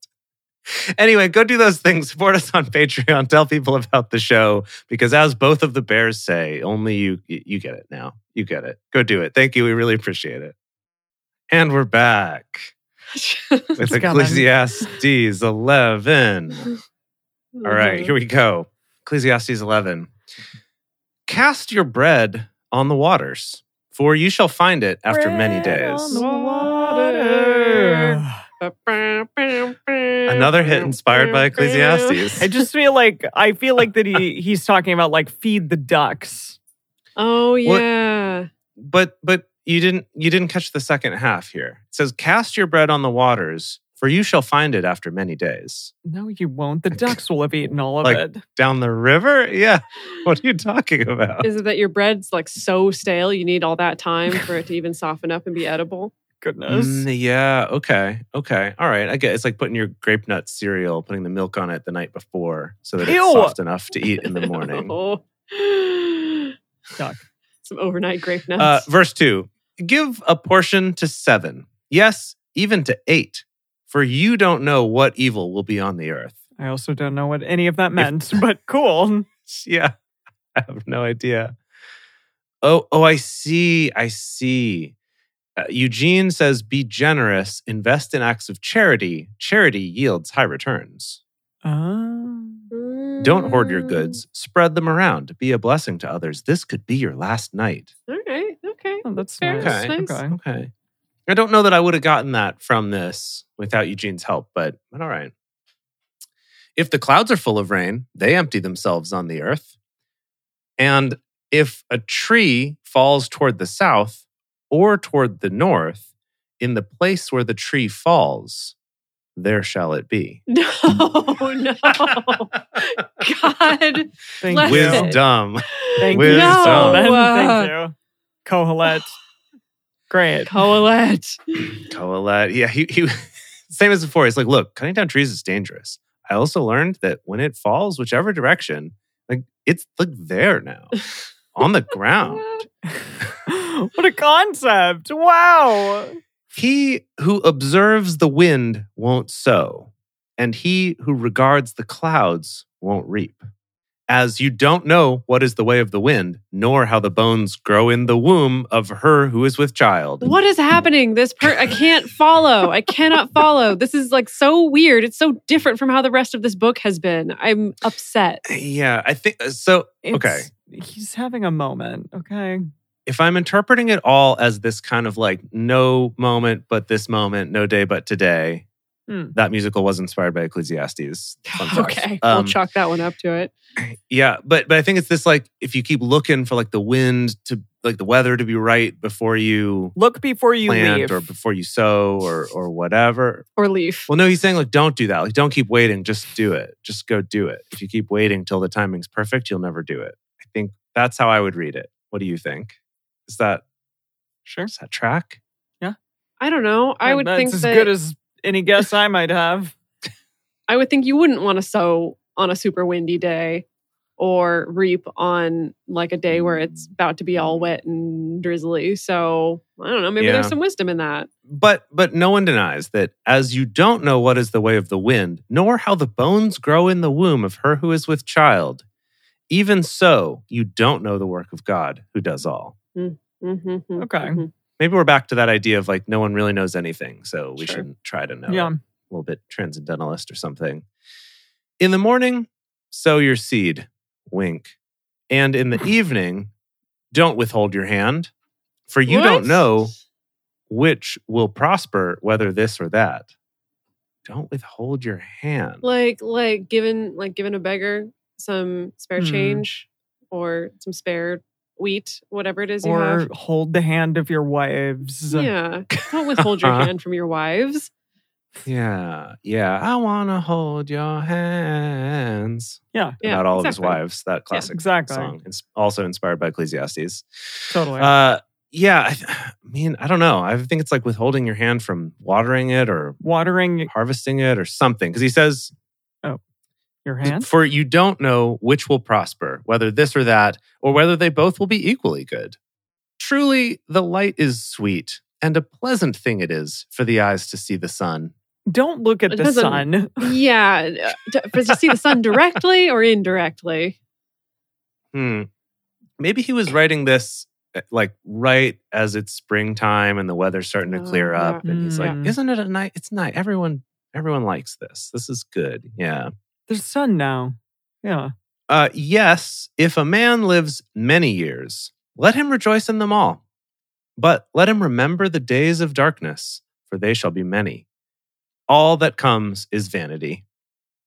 [SPEAKER 2] Anyway, go do those things. Support us on Patreon. Tell people about the show because as both of the bears say, only you you get it now. You get it. Go do it. Thank you. We really appreciate it. And we're back with
[SPEAKER 3] It's coming.
[SPEAKER 2] Ecclesiastes 11. All right, here we go. Ecclesiastes 11. Cast your bread on the waters, for you shall find it after many
[SPEAKER 3] Bread
[SPEAKER 2] days.
[SPEAKER 3] on the water.
[SPEAKER 1] Another
[SPEAKER 2] Another hit inspired by Ecclesiastes.
[SPEAKER 3] I just feel like I feel like that he he's talking about like feed the ducks.
[SPEAKER 1] Oh
[SPEAKER 2] What-
[SPEAKER 1] yeah.
[SPEAKER 2] But but you didn't you didn't catch the second half here. It says, "Cast your bread on the waters, for you shall find it after many days."
[SPEAKER 3] No, you won't. The ducks will have eaten all of
[SPEAKER 2] Like-
[SPEAKER 3] it.
[SPEAKER 2] Down the river? Yeah. What are you talking about?
[SPEAKER 1] Is it that your bread's like so stale you need all that time for it to even soften up and be edible?
[SPEAKER 3] Goodness.
[SPEAKER 2] Mm, yeah. Okay. Okay. All right. I get it's like putting your grape nut cereal, putting the milk on it the night before, so that
[SPEAKER 3] Ew.
[SPEAKER 2] it's soft enough to eat in the morning.
[SPEAKER 1] Oh.
[SPEAKER 3] Duck.
[SPEAKER 1] Some overnight grape
[SPEAKER 2] Uh,
[SPEAKER 1] nuts.
[SPEAKER 2] verse two give a portion to seven. Yes, even to eight, for you don't know what evil will be on the earth.
[SPEAKER 3] I also don't know what any of that meant, but cool.
[SPEAKER 2] Yeah, I have no idea. Oh, oh, I see. I see. Uh, Eugene says, be generous, invest in acts of charity. Charity yields high returns.
[SPEAKER 3] Oh.
[SPEAKER 2] Don't hoard
[SPEAKER 1] Mm.
[SPEAKER 2] your goods, spread them around, be a blessing to others. This could be your last night.
[SPEAKER 1] Mm, All right. Okay.
[SPEAKER 3] Oh, that's
[SPEAKER 1] Fair,
[SPEAKER 3] nice.
[SPEAKER 2] okay.
[SPEAKER 1] that's nice.
[SPEAKER 3] Okay.
[SPEAKER 2] Okay. I don't know that I would have gotten that from this without Eugene's help, but, but all right. If the clouds are full of rain, they empty themselves on the earth. And if a tree falls toward the south or toward the north, in the place where the tree falls, there shall it be.
[SPEAKER 1] No, no. God.
[SPEAKER 3] Thank
[SPEAKER 1] Bless
[SPEAKER 3] you.
[SPEAKER 1] it.
[SPEAKER 2] Wisdom.
[SPEAKER 3] Thank you.
[SPEAKER 2] Wisdom.
[SPEAKER 1] No.
[SPEAKER 3] Thank
[SPEAKER 1] uh,
[SPEAKER 3] you. Colette. Great.
[SPEAKER 1] Colette.
[SPEAKER 2] Colette. Yeah, he, he same as before. He's like, look, cutting down trees is dangerous. I also learned that when it falls, whichever direction, like it's like there now. on the ground.
[SPEAKER 3] what a concept. Wow.
[SPEAKER 2] He who observes the wind won't sow, and he who regards the clouds won't reap. As you don't know what is the way of the wind, nor how the bones grow in the womb of her who is with child.
[SPEAKER 1] What is happening? This per I can't follow. I cannot follow. This is like so weird. It's so different from how the rest of this book has been. I'm upset.
[SPEAKER 2] Yeah, I think uh, so. okay.
[SPEAKER 3] It's- He's having a moment. Okay.
[SPEAKER 2] if I'm interpreting it all as this kind of like no moment but this moment, no day but today,
[SPEAKER 3] Hmm.
[SPEAKER 2] that musical was inspired by Ecclesiastes. Fun fact.
[SPEAKER 1] Okay. I'll
[SPEAKER 2] Um,
[SPEAKER 1] chalk that one up to it.
[SPEAKER 2] Yeah, but but I think it's this like if you keep looking for like the wind to like the weather to be right before you,
[SPEAKER 3] Look before you
[SPEAKER 2] plant
[SPEAKER 3] leave.
[SPEAKER 2] or before you sow or or whatever.
[SPEAKER 1] Or leaf.
[SPEAKER 2] Well, no, he's saying like don't do that. Like don't keep waiting. Just do it. Just go do it. If you keep waiting till the timing's perfect, you'll never do it. I think that's how I would read it. What do you think? Is that
[SPEAKER 3] sure.
[SPEAKER 2] is that track?
[SPEAKER 1] I don't know. I
[SPEAKER 3] Yeah,
[SPEAKER 1] would
[SPEAKER 3] that's
[SPEAKER 1] think
[SPEAKER 3] as
[SPEAKER 1] that
[SPEAKER 3] good as any guess I might have.
[SPEAKER 1] I would think you wouldn't want to sow on a super windy day or reap on like a day where it's about to be all wet and drizzly. So I don't know. Maybe
[SPEAKER 2] Yeah.
[SPEAKER 1] there's some wisdom in that.
[SPEAKER 2] but but no one denies that as you don't know what is the way of the wind nor how the bones grow in the womb of her who is with child even so you don't know the work of god who does all
[SPEAKER 1] Mm-hmm.
[SPEAKER 3] Okay.
[SPEAKER 2] maybe we're back to that idea of like no one really knows anything so we
[SPEAKER 1] Sure.
[SPEAKER 2] shouldn't try to know
[SPEAKER 3] Yeah.
[SPEAKER 2] a little bit transcendentalist or something in the morning sow your seed wink and in the evening don't withhold your hand for you don't know which will prosper, whether this or that. Don't withhold your hand.
[SPEAKER 1] Like like giving like giving a beggar some spare
[SPEAKER 3] Hmm.
[SPEAKER 1] change or some spare wheat, whatever it is you
[SPEAKER 3] Or
[SPEAKER 1] have.
[SPEAKER 3] hold the hand of your wives.
[SPEAKER 1] Yeah. Don't withhold your
[SPEAKER 2] Uh-huh.
[SPEAKER 1] hand from your wives.
[SPEAKER 2] yeah, yeah. I want to hold your hands.
[SPEAKER 3] Yeah,
[SPEAKER 1] Yeah,
[SPEAKER 2] About all of his
[SPEAKER 1] exactly.
[SPEAKER 2] wives, that classic
[SPEAKER 3] exactly.
[SPEAKER 2] song, ins- also inspired by Ecclesiastes.
[SPEAKER 3] Totally.
[SPEAKER 2] Uh, yeah, I, th- I mean, I don't know. I think it's like withholding your hand from watering it or
[SPEAKER 3] Watering
[SPEAKER 2] harvesting it or something. Because he says,
[SPEAKER 3] your hand.
[SPEAKER 2] For you don't know which will prosper, whether this or that, or whether they both will be equally good. Truly, the light is sweet, and a pleasant thing it is for the eyes to see the sun.
[SPEAKER 3] Don't look at
[SPEAKER 1] It
[SPEAKER 3] the
[SPEAKER 1] doesn't-
[SPEAKER 3] sun.
[SPEAKER 1] yeah. d- Does it see the sun directly or indirectly?
[SPEAKER 2] Hmm. Maybe he was writing this eh, like right as it's springtime and the weather's starting to
[SPEAKER 1] Oh,
[SPEAKER 2] clear
[SPEAKER 1] yeah.
[SPEAKER 2] up, and he's
[SPEAKER 3] Mm.
[SPEAKER 2] like, "Isn't it a night? It's night. Everyone, everyone likes this. This is good. Yeah."
[SPEAKER 3] There's sun now. Yeah.
[SPEAKER 2] Uh, yes, if a man lives many years, let him rejoice in them all. But let him remember the days of darkness, for they shall be many. all that comes is vanity.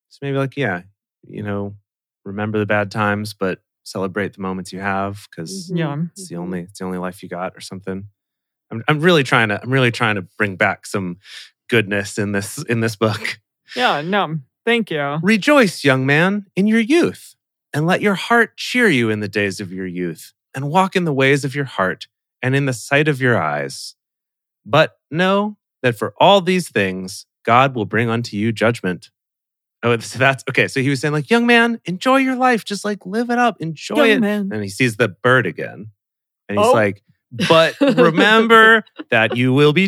[SPEAKER 2] So maybe like, yeah, you know, remember the bad times, but celebrate the moments you have because
[SPEAKER 1] Mhm.
[SPEAKER 3] Yeah.
[SPEAKER 2] it's the only it's the only life you got or something. I'm I'm really trying to I'm really trying to bring back some goodness in this in this book.
[SPEAKER 3] Yeah, no. Thank you.
[SPEAKER 2] Rejoice, young man, in your youth, and let your heart cheer you in the days of your youth, and walk in the ways of your heart and in the sight of your eyes. But know that for all these things, God will bring unto you judgment. Oh, so that's okay. So he was saying, like, young man, enjoy your life. Just like live it up, enjoy
[SPEAKER 3] Young
[SPEAKER 2] it.
[SPEAKER 3] man.
[SPEAKER 2] And he sees the bird again. And he's
[SPEAKER 3] Oh.
[SPEAKER 2] like, but remember that you will be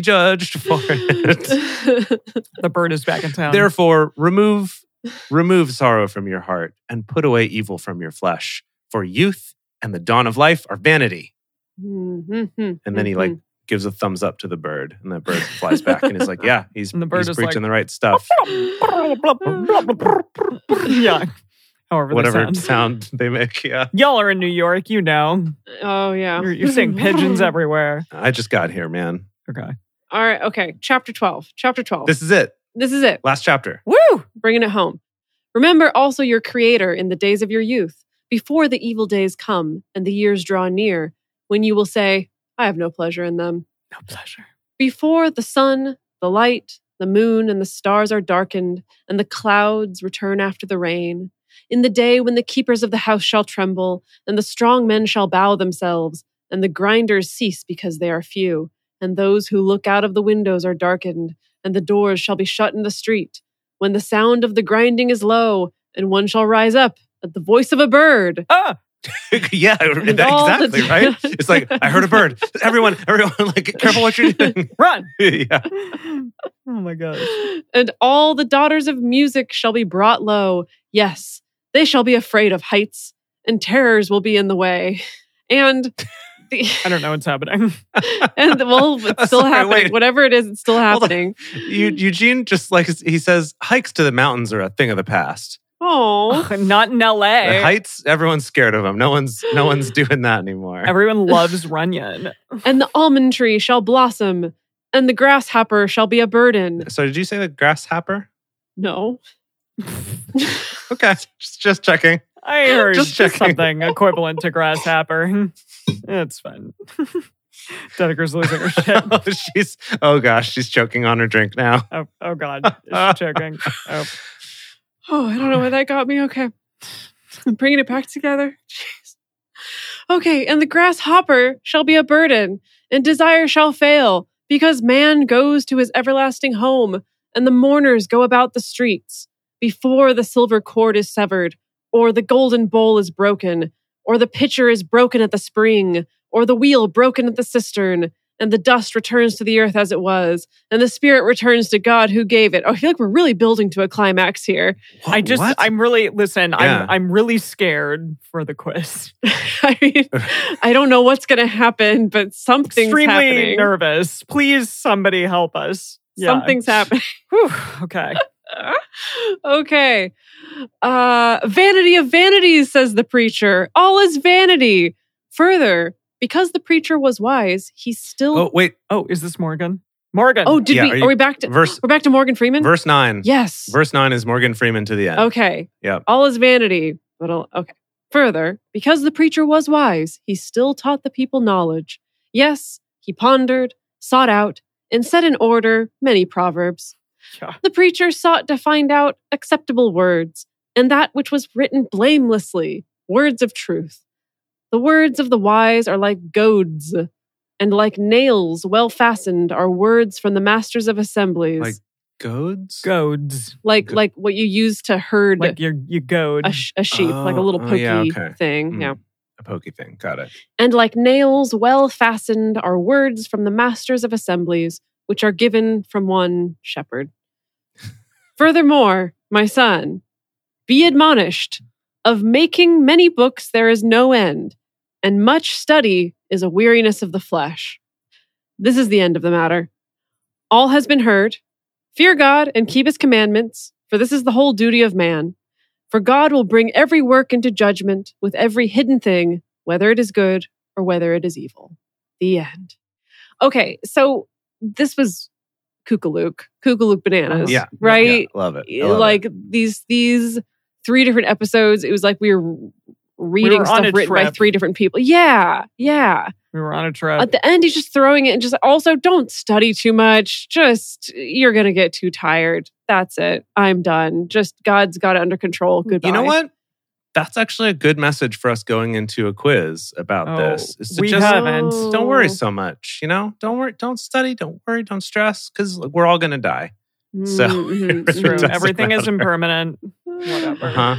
[SPEAKER 2] judged for it.
[SPEAKER 3] The bird is back in town.
[SPEAKER 2] Therefore, remove remove sorrow from your heart and put away evil from your flesh. For youth and the dawn of life are vanity.
[SPEAKER 1] and
[SPEAKER 2] And then he
[SPEAKER 3] Mm-hmm.
[SPEAKER 2] like gives a thumbs up to the bird, and the bird flies back and is like, "Yeah, he's,
[SPEAKER 3] And the bird
[SPEAKER 2] he's
[SPEAKER 3] is
[SPEAKER 2] preaching
[SPEAKER 3] like-
[SPEAKER 2] the right stuff."
[SPEAKER 3] yeah. However,
[SPEAKER 2] Whatever
[SPEAKER 3] That sounds.
[SPEAKER 2] sound they make. Yeah,
[SPEAKER 3] Y'all are in New York, you know.
[SPEAKER 1] Oh yeah.
[SPEAKER 3] You're, you're seeing pigeons everywhere.
[SPEAKER 2] I just got here, man.
[SPEAKER 3] Okay.
[SPEAKER 1] All right, okay. Chapter 12. Chapter 12.
[SPEAKER 2] This is it.
[SPEAKER 1] this is it.
[SPEAKER 2] Last chapter.
[SPEAKER 3] Woo!
[SPEAKER 1] Bringing it home. Remember also your creator in the days of your youth, before the evil days come and the years draw near, when you will say, I have no pleasure in them.
[SPEAKER 3] No pleasure.
[SPEAKER 1] Before the sun, the light, the moon, and the stars are darkened, and the clouds return after the rain, in the day when the keepers of the house shall tremble, and the strong men shall bow themselves, and the grinders cease because they are few, and those who look out of the windows are darkened, and the doors shall be shut in the street, when the sound of the grinding is low, and one shall rise up at the voice of a bird.
[SPEAKER 3] Ah!
[SPEAKER 2] yeah, that-
[SPEAKER 1] all the-
[SPEAKER 2] exactly. Right. It's like I heard a bird. Everyone, everyone, like careful what you're doing.
[SPEAKER 3] Run!
[SPEAKER 2] yeah.
[SPEAKER 3] oh my gosh.
[SPEAKER 1] and all the daughters of music shall be brought low. Yes, they shall be afraid of heights, and terrors will be in the way. And the,
[SPEAKER 3] I don't know what's happening.
[SPEAKER 1] and the, well, it's still
[SPEAKER 2] Sorry,
[SPEAKER 1] happening.
[SPEAKER 2] wait.
[SPEAKER 1] Whatever it is, it's still
[SPEAKER 2] Hold on.
[SPEAKER 1] happening.
[SPEAKER 2] Eu- Eugene just like he says, hikes to the mountains are a thing of the past.
[SPEAKER 1] Oh,
[SPEAKER 3] Ugh, Not in
[SPEAKER 2] The
[SPEAKER 3] LA.
[SPEAKER 2] heights, everyone's scared of them. No one's no one's doing that anymore.
[SPEAKER 3] Everyone loves Runyon.
[SPEAKER 1] and the almond tree shall blossom, and the grasshopper shall be a burden.
[SPEAKER 2] so did you say the grasshopper?
[SPEAKER 1] No,
[SPEAKER 2] Okay, just just checking.
[SPEAKER 3] I heard
[SPEAKER 2] Just checking.
[SPEAKER 3] something equivalent to grasshopper. it's fun. Dedeker's losing her shit.
[SPEAKER 2] she's oh gosh, she's choking on her drink now.
[SPEAKER 3] Oh, oh God, she's choking. Oh,
[SPEAKER 1] Oh, I don't know where that got me. Okay. I'm bringing it back together. Jeez. Okay. And the grasshopper shall be a burden, and desire shall fail, because man goes to his everlasting home, and the mourners go about the streets before the silver cord is severed, or the golden bowl is broken, or the pitcher is broken at the spring, or the wheel broken at the cistern, and the dust returns to the earth as it was, and the spirit returns to God who gave it. Oh, I feel like we're really building to a climax here.
[SPEAKER 3] I just,
[SPEAKER 2] What?
[SPEAKER 3] I'm really listen.
[SPEAKER 2] Yeah.
[SPEAKER 3] I'm, I'm really scared for the quiz.
[SPEAKER 1] I mean, I don't know what's going to happen, but something's
[SPEAKER 3] Extremely
[SPEAKER 1] happening.
[SPEAKER 3] nervous. Please, somebody help us. Yeah.
[SPEAKER 1] Something's happening.
[SPEAKER 3] Whew, okay.
[SPEAKER 1] okay. Uh, vanity of vanities, says the preacher. All is vanity. Further, because the preacher was wise, he still.
[SPEAKER 2] oh wait,
[SPEAKER 3] Oh, is this Morgan? Morgan.
[SPEAKER 1] Oh, did
[SPEAKER 2] Yeah,
[SPEAKER 1] we?
[SPEAKER 2] are
[SPEAKER 1] Are,
[SPEAKER 2] you-
[SPEAKER 1] we back to?
[SPEAKER 2] verse
[SPEAKER 1] We're back to Morgan Freeman.
[SPEAKER 2] verse nine.
[SPEAKER 1] yes.
[SPEAKER 2] Verse nine is Morgan Freeman to the end.
[SPEAKER 1] Okay.
[SPEAKER 2] Yeah.
[SPEAKER 1] All is vanity. But all, okay. Further, because the preacher was wise, he still taught the people knowledge. Yes, he pondered, sought out, and set in order many proverbs.
[SPEAKER 3] Yeah.
[SPEAKER 1] The preacher sought to find out acceptable words, and that which was written blamelessly, words of truth. The words of the wise are like goads, and like nails well fastened are words from the masters of assemblies.
[SPEAKER 2] Like- Goads.
[SPEAKER 3] goads.
[SPEAKER 1] like
[SPEAKER 2] go-
[SPEAKER 1] like what you use to herd
[SPEAKER 3] Like you, you goad.
[SPEAKER 1] a, sh- a sheep, like a
[SPEAKER 2] Oh,
[SPEAKER 1] little
[SPEAKER 2] oh,
[SPEAKER 1] pokey
[SPEAKER 2] yeah, okay.
[SPEAKER 1] thing.
[SPEAKER 2] Mm.
[SPEAKER 1] Yeah.
[SPEAKER 2] A pokey thing. Got it.
[SPEAKER 1] And like nails well fastened are words from the masters of assemblies, which are given from one shepherd. Furthermore, my son, be admonished of making many books there is no end, and much study is a weariness of the flesh. This is the end of the matter. All has been heard. Fear God and keep his commandments, for this is the whole duty of man. For God will bring every work into judgment with every hidden thing, whether it is good or whether it is evil. The end. Okay, so this was Kookalook, Kookalook bananas.
[SPEAKER 2] Yeah.
[SPEAKER 1] Right?
[SPEAKER 2] Yeah, love it. I love it.
[SPEAKER 1] like these these three different episodes it was like we were reading
[SPEAKER 3] on
[SPEAKER 1] stuff
[SPEAKER 3] a
[SPEAKER 1] written by
[SPEAKER 3] trip.
[SPEAKER 1] three different people yeah yeah
[SPEAKER 3] We were on a
[SPEAKER 2] Uh,
[SPEAKER 3] trip.
[SPEAKER 1] at the end he's just throwing it and just also don't study too much just you're gonna get too tired that's it i'm done just god's got it under control goodbye
[SPEAKER 2] You know what? That's actually a good message for us going into a quiz about
[SPEAKER 3] Oh,
[SPEAKER 2] this. Is to
[SPEAKER 3] we
[SPEAKER 2] just
[SPEAKER 3] haven't.
[SPEAKER 2] don't worry so much. You know, don't worry, don't study, don't worry, don't stress, because we're all gonna die. so-
[SPEAKER 1] Mhm,
[SPEAKER 2] It's
[SPEAKER 3] True.
[SPEAKER 1] mhm.
[SPEAKER 2] doesn't
[SPEAKER 3] Everything is
[SPEAKER 2] matter.
[SPEAKER 3] impermanent. Whatever.
[SPEAKER 2] Uh huh.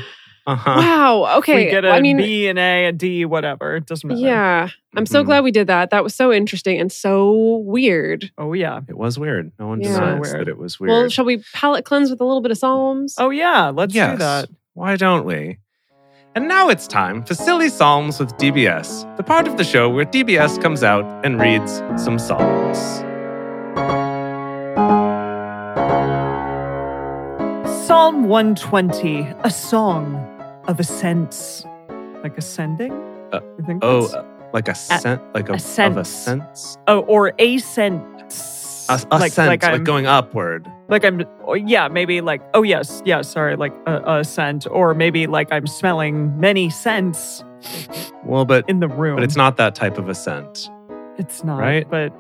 [SPEAKER 2] Uh huh.
[SPEAKER 1] wow okay
[SPEAKER 3] We get a
[SPEAKER 1] i mean
[SPEAKER 3] B, an A, a D, whatever. It doesn't matter.
[SPEAKER 1] yeah i'm so
[SPEAKER 2] Mhm.
[SPEAKER 1] glad we did that that was so interesting and so weird
[SPEAKER 3] Oh yeah.
[SPEAKER 2] It was weird. No one
[SPEAKER 1] Yeah.
[SPEAKER 2] denies
[SPEAKER 3] So weird.
[SPEAKER 2] that it was weird.
[SPEAKER 1] well shall we palate cleanse with a little bit of psalms
[SPEAKER 3] Oh yeah. Let's
[SPEAKER 2] yes.
[SPEAKER 3] do that.
[SPEAKER 2] Why don't we? And now it's time for Silly Psalms with DBS, the part of the show where DBS comes out and reads some psalms.
[SPEAKER 3] Psalm 120, a song of ascents, like ascending.
[SPEAKER 2] Uh,
[SPEAKER 3] you think
[SPEAKER 2] Oh,
[SPEAKER 3] that's-
[SPEAKER 2] uh, like a scent, like a, of a
[SPEAKER 3] ascent.
[SPEAKER 2] sense,
[SPEAKER 3] oh, or ascents.
[SPEAKER 2] a, a
[SPEAKER 3] like,
[SPEAKER 2] sense,
[SPEAKER 3] like
[SPEAKER 2] like,
[SPEAKER 3] I'm,
[SPEAKER 2] going upward.
[SPEAKER 3] like I'm, or yeah, maybe like, oh yes, yeah, sorry, like a, a scent, or maybe like I'm smelling many scents
[SPEAKER 2] Well, but
[SPEAKER 3] in the room.
[SPEAKER 2] but it's not that type of a scent.
[SPEAKER 3] It's not.
[SPEAKER 2] right?
[SPEAKER 3] But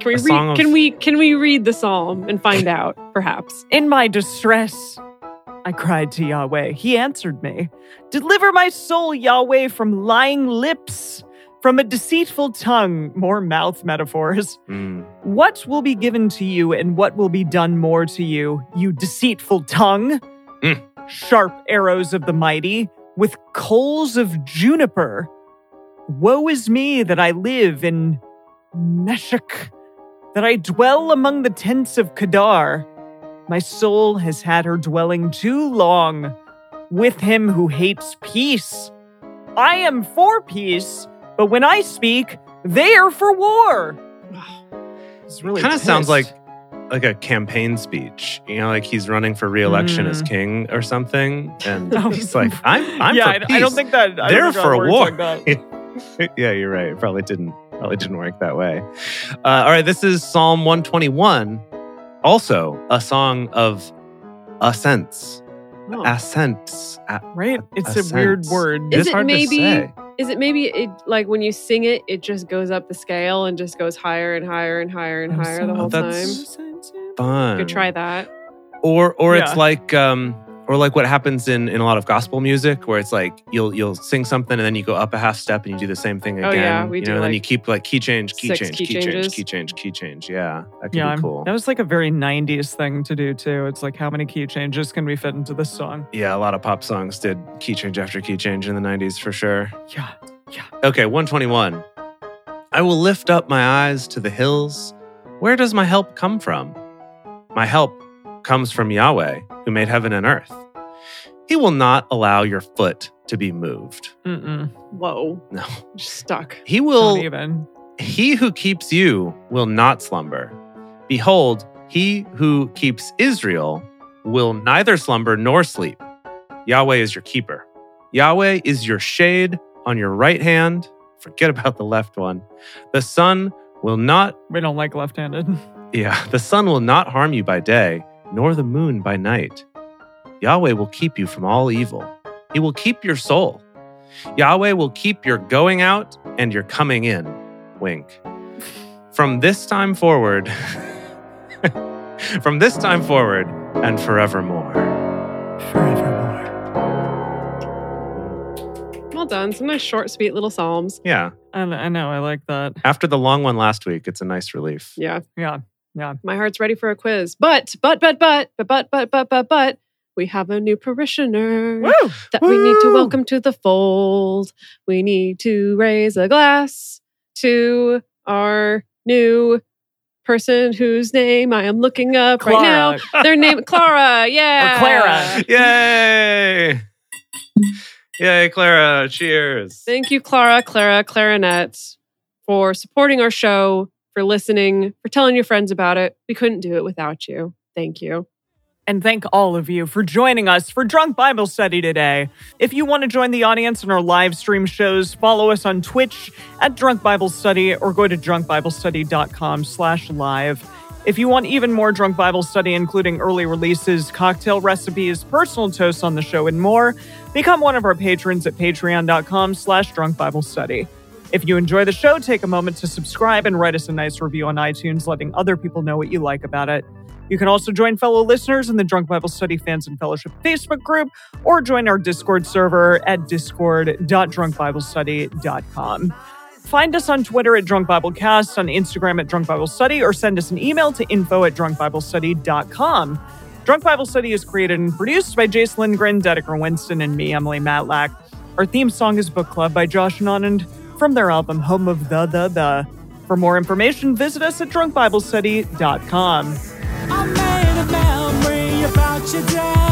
[SPEAKER 1] Can we
[SPEAKER 2] a
[SPEAKER 1] read?
[SPEAKER 2] song of-
[SPEAKER 1] Can we can we read the psalm and find out? Perhaps.
[SPEAKER 3] in my distress, I cried to Yahweh. He answered me. Deliver my soul, Yahweh, from lying lips, from a deceitful tongue. More mouth metaphors.
[SPEAKER 2] Mm.
[SPEAKER 3] What will be given to you and what will be done more to you, you deceitful tongue?
[SPEAKER 2] Mm.
[SPEAKER 3] Sharp arrows of the mighty with coals of juniper. Woe is me that I live in Meshach, that I dwell among the tents of Kedar. My soul has had her dwelling too long with him who hates peace. I am for peace, but when I speak, they are for war. It's really
[SPEAKER 2] kind of sounds
[SPEAKER 3] pissed.
[SPEAKER 2] like like a campaign speech. You know, like he's running for re-election as
[SPEAKER 3] Mm.
[SPEAKER 2] king or something, and
[SPEAKER 3] Oh.
[SPEAKER 2] he's like, "I'm, I'm
[SPEAKER 3] yeah,
[SPEAKER 2] for
[SPEAKER 3] I,
[SPEAKER 2] peace."
[SPEAKER 3] I don't think that I
[SPEAKER 2] They're
[SPEAKER 3] don't think
[SPEAKER 2] for
[SPEAKER 3] that works
[SPEAKER 2] war.
[SPEAKER 3] Like that.
[SPEAKER 2] yeah, you're right. It probably didn't probably didn't work that way. Uh, all right, this is Psalm 121, also a song of ascents,
[SPEAKER 1] Oh.
[SPEAKER 2] Uh, ascents. A-
[SPEAKER 3] Right? It's a
[SPEAKER 2] ascents.
[SPEAKER 3] weird word.
[SPEAKER 1] Is
[SPEAKER 2] It's
[SPEAKER 1] it
[SPEAKER 2] hard to
[SPEAKER 1] maybe-
[SPEAKER 2] say.
[SPEAKER 1] Is it maybe it like when you sing it, it just goes up the scale and just goes higher and higher and higher and higher the
[SPEAKER 2] Oh,
[SPEAKER 1] whole time?
[SPEAKER 2] that's- fun?
[SPEAKER 1] You could try that.
[SPEAKER 2] or or it's
[SPEAKER 3] Yeah.
[SPEAKER 2] like um or like what happens in in a lot of gospel music where it's like you'll you'll sing something and then you go up a half step and you do the same thing again
[SPEAKER 1] Oh, yeah, we
[SPEAKER 2] you
[SPEAKER 1] do,
[SPEAKER 2] know and then
[SPEAKER 1] like,
[SPEAKER 2] you keep like key change key
[SPEAKER 1] six
[SPEAKER 2] change
[SPEAKER 1] key
[SPEAKER 2] key, change
[SPEAKER 1] changes.
[SPEAKER 2] key change key change yeah that could
[SPEAKER 3] Yeah,
[SPEAKER 2] be
[SPEAKER 3] I'm-
[SPEAKER 2] cool
[SPEAKER 3] that was like a very 90s thing to do too. It's like how many key changes can we fit into this song?
[SPEAKER 2] yeah a lot of pop songs did key change after key change in the 90s for sure
[SPEAKER 3] Yeah.
[SPEAKER 2] okay 121 i will lift up my eyes to the hills where does my help come from my help comes from yahweh who made heaven and earth he will not allow your foot to be moved
[SPEAKER 3] Mm-mm.
[SPEAKER 1] Whoa,
[SPEAKER 2] No.
[SPEAKER 1] just stuck.
[SPEAKER 2] He
[SPEAKER 3] Not
[SPEAKER 2] will,
[SPEAKER 3] even.
[SPEAKER 2] he who keeps you will not slumber. Behold, he who keeps Israel will neither slumber nor sleep. Yahweh is your keeper. Yahweh is your shade on your right hand. Forget about the left one. The sun will not,
[SPEAKER 3] We don't like left handed.
[SPEAKER 2] yeah, the sun will not harm you by day, nor the moon by night. Yahweh will keep you from all evil. He will keep your soul. Yahweh will keep your going out and your coming in. Wink. From this time forward, from this time forward and forevermore.
[SPEAKER 3] Forevermore.
[SPEAKER 1] Well done. Some nice short, sweet little psalms.
[SPEAKER 2] Yeah.
[SPEAKER 3] I, I know. I like that.
[SPEAKER 2] After the long one last week, it's a nice relief.
[SPEAKER 1] Yeah,
[SPEAKER 3] Yeah.
[SPEAKER 1] my heart's ready for a quiz. But but but but but but but but but but we have a new parishioner. that we need to
[SPEAKER 2] Woo!
[SPEAKER 1] welcome to the fold. We need to raise a glass to our new person whose name I am looking up right
[SPEAKER 3] Clara.
[SPEAKER 1] now. Their name, Clara. Yeah.
[SPEAKER 3] Or Clara.
[SPEAKER 2] Yay! Yay, Clara. Cheers.
[SPEAKER 1] Thank you, Clara, Clara, Clarinet, for supporting our show, for listening, for telling your friends about it. We couldn't do it without you. Thank you.
[SPEAKER 3] and thank all of you for joining us for Drunk Bible Study today. If you want to join the audience in our live stream shows, follow us on Twitch at Drunk Bible Study or go to drunkbiblestudy.com slash live. If you want even more Drunk Bible Study, including early releases, cocktail recipes, personal toasts on the show, and more, become one of our patrons at patreon.com slash drunk Bible study. If you enjoy the show, take a moment to subscribe and write us a nice review on iTunes, letting other people know what you like about it. You can also join fellow listeners in the Drunk Bible Study Fans and Fellowship Facebook group or join our Discord server at discord.drunkbiblestudy.com. Find us on Twitter at Drunk Bible Cast, on Instagram at Drunk Bible Study, or send us an email to info at drunkbiblestudy.com. Drunk Bible Study is created and produced by Jace Lindgren, Dedeker Winston, and me, Emily Matlack. Our theme song is Book Club by Josh Nonand from their album Home of the The The. For more information, visit us at drunkbiblestudy.com.
[SPEAKER 4] I made a memory about your dad.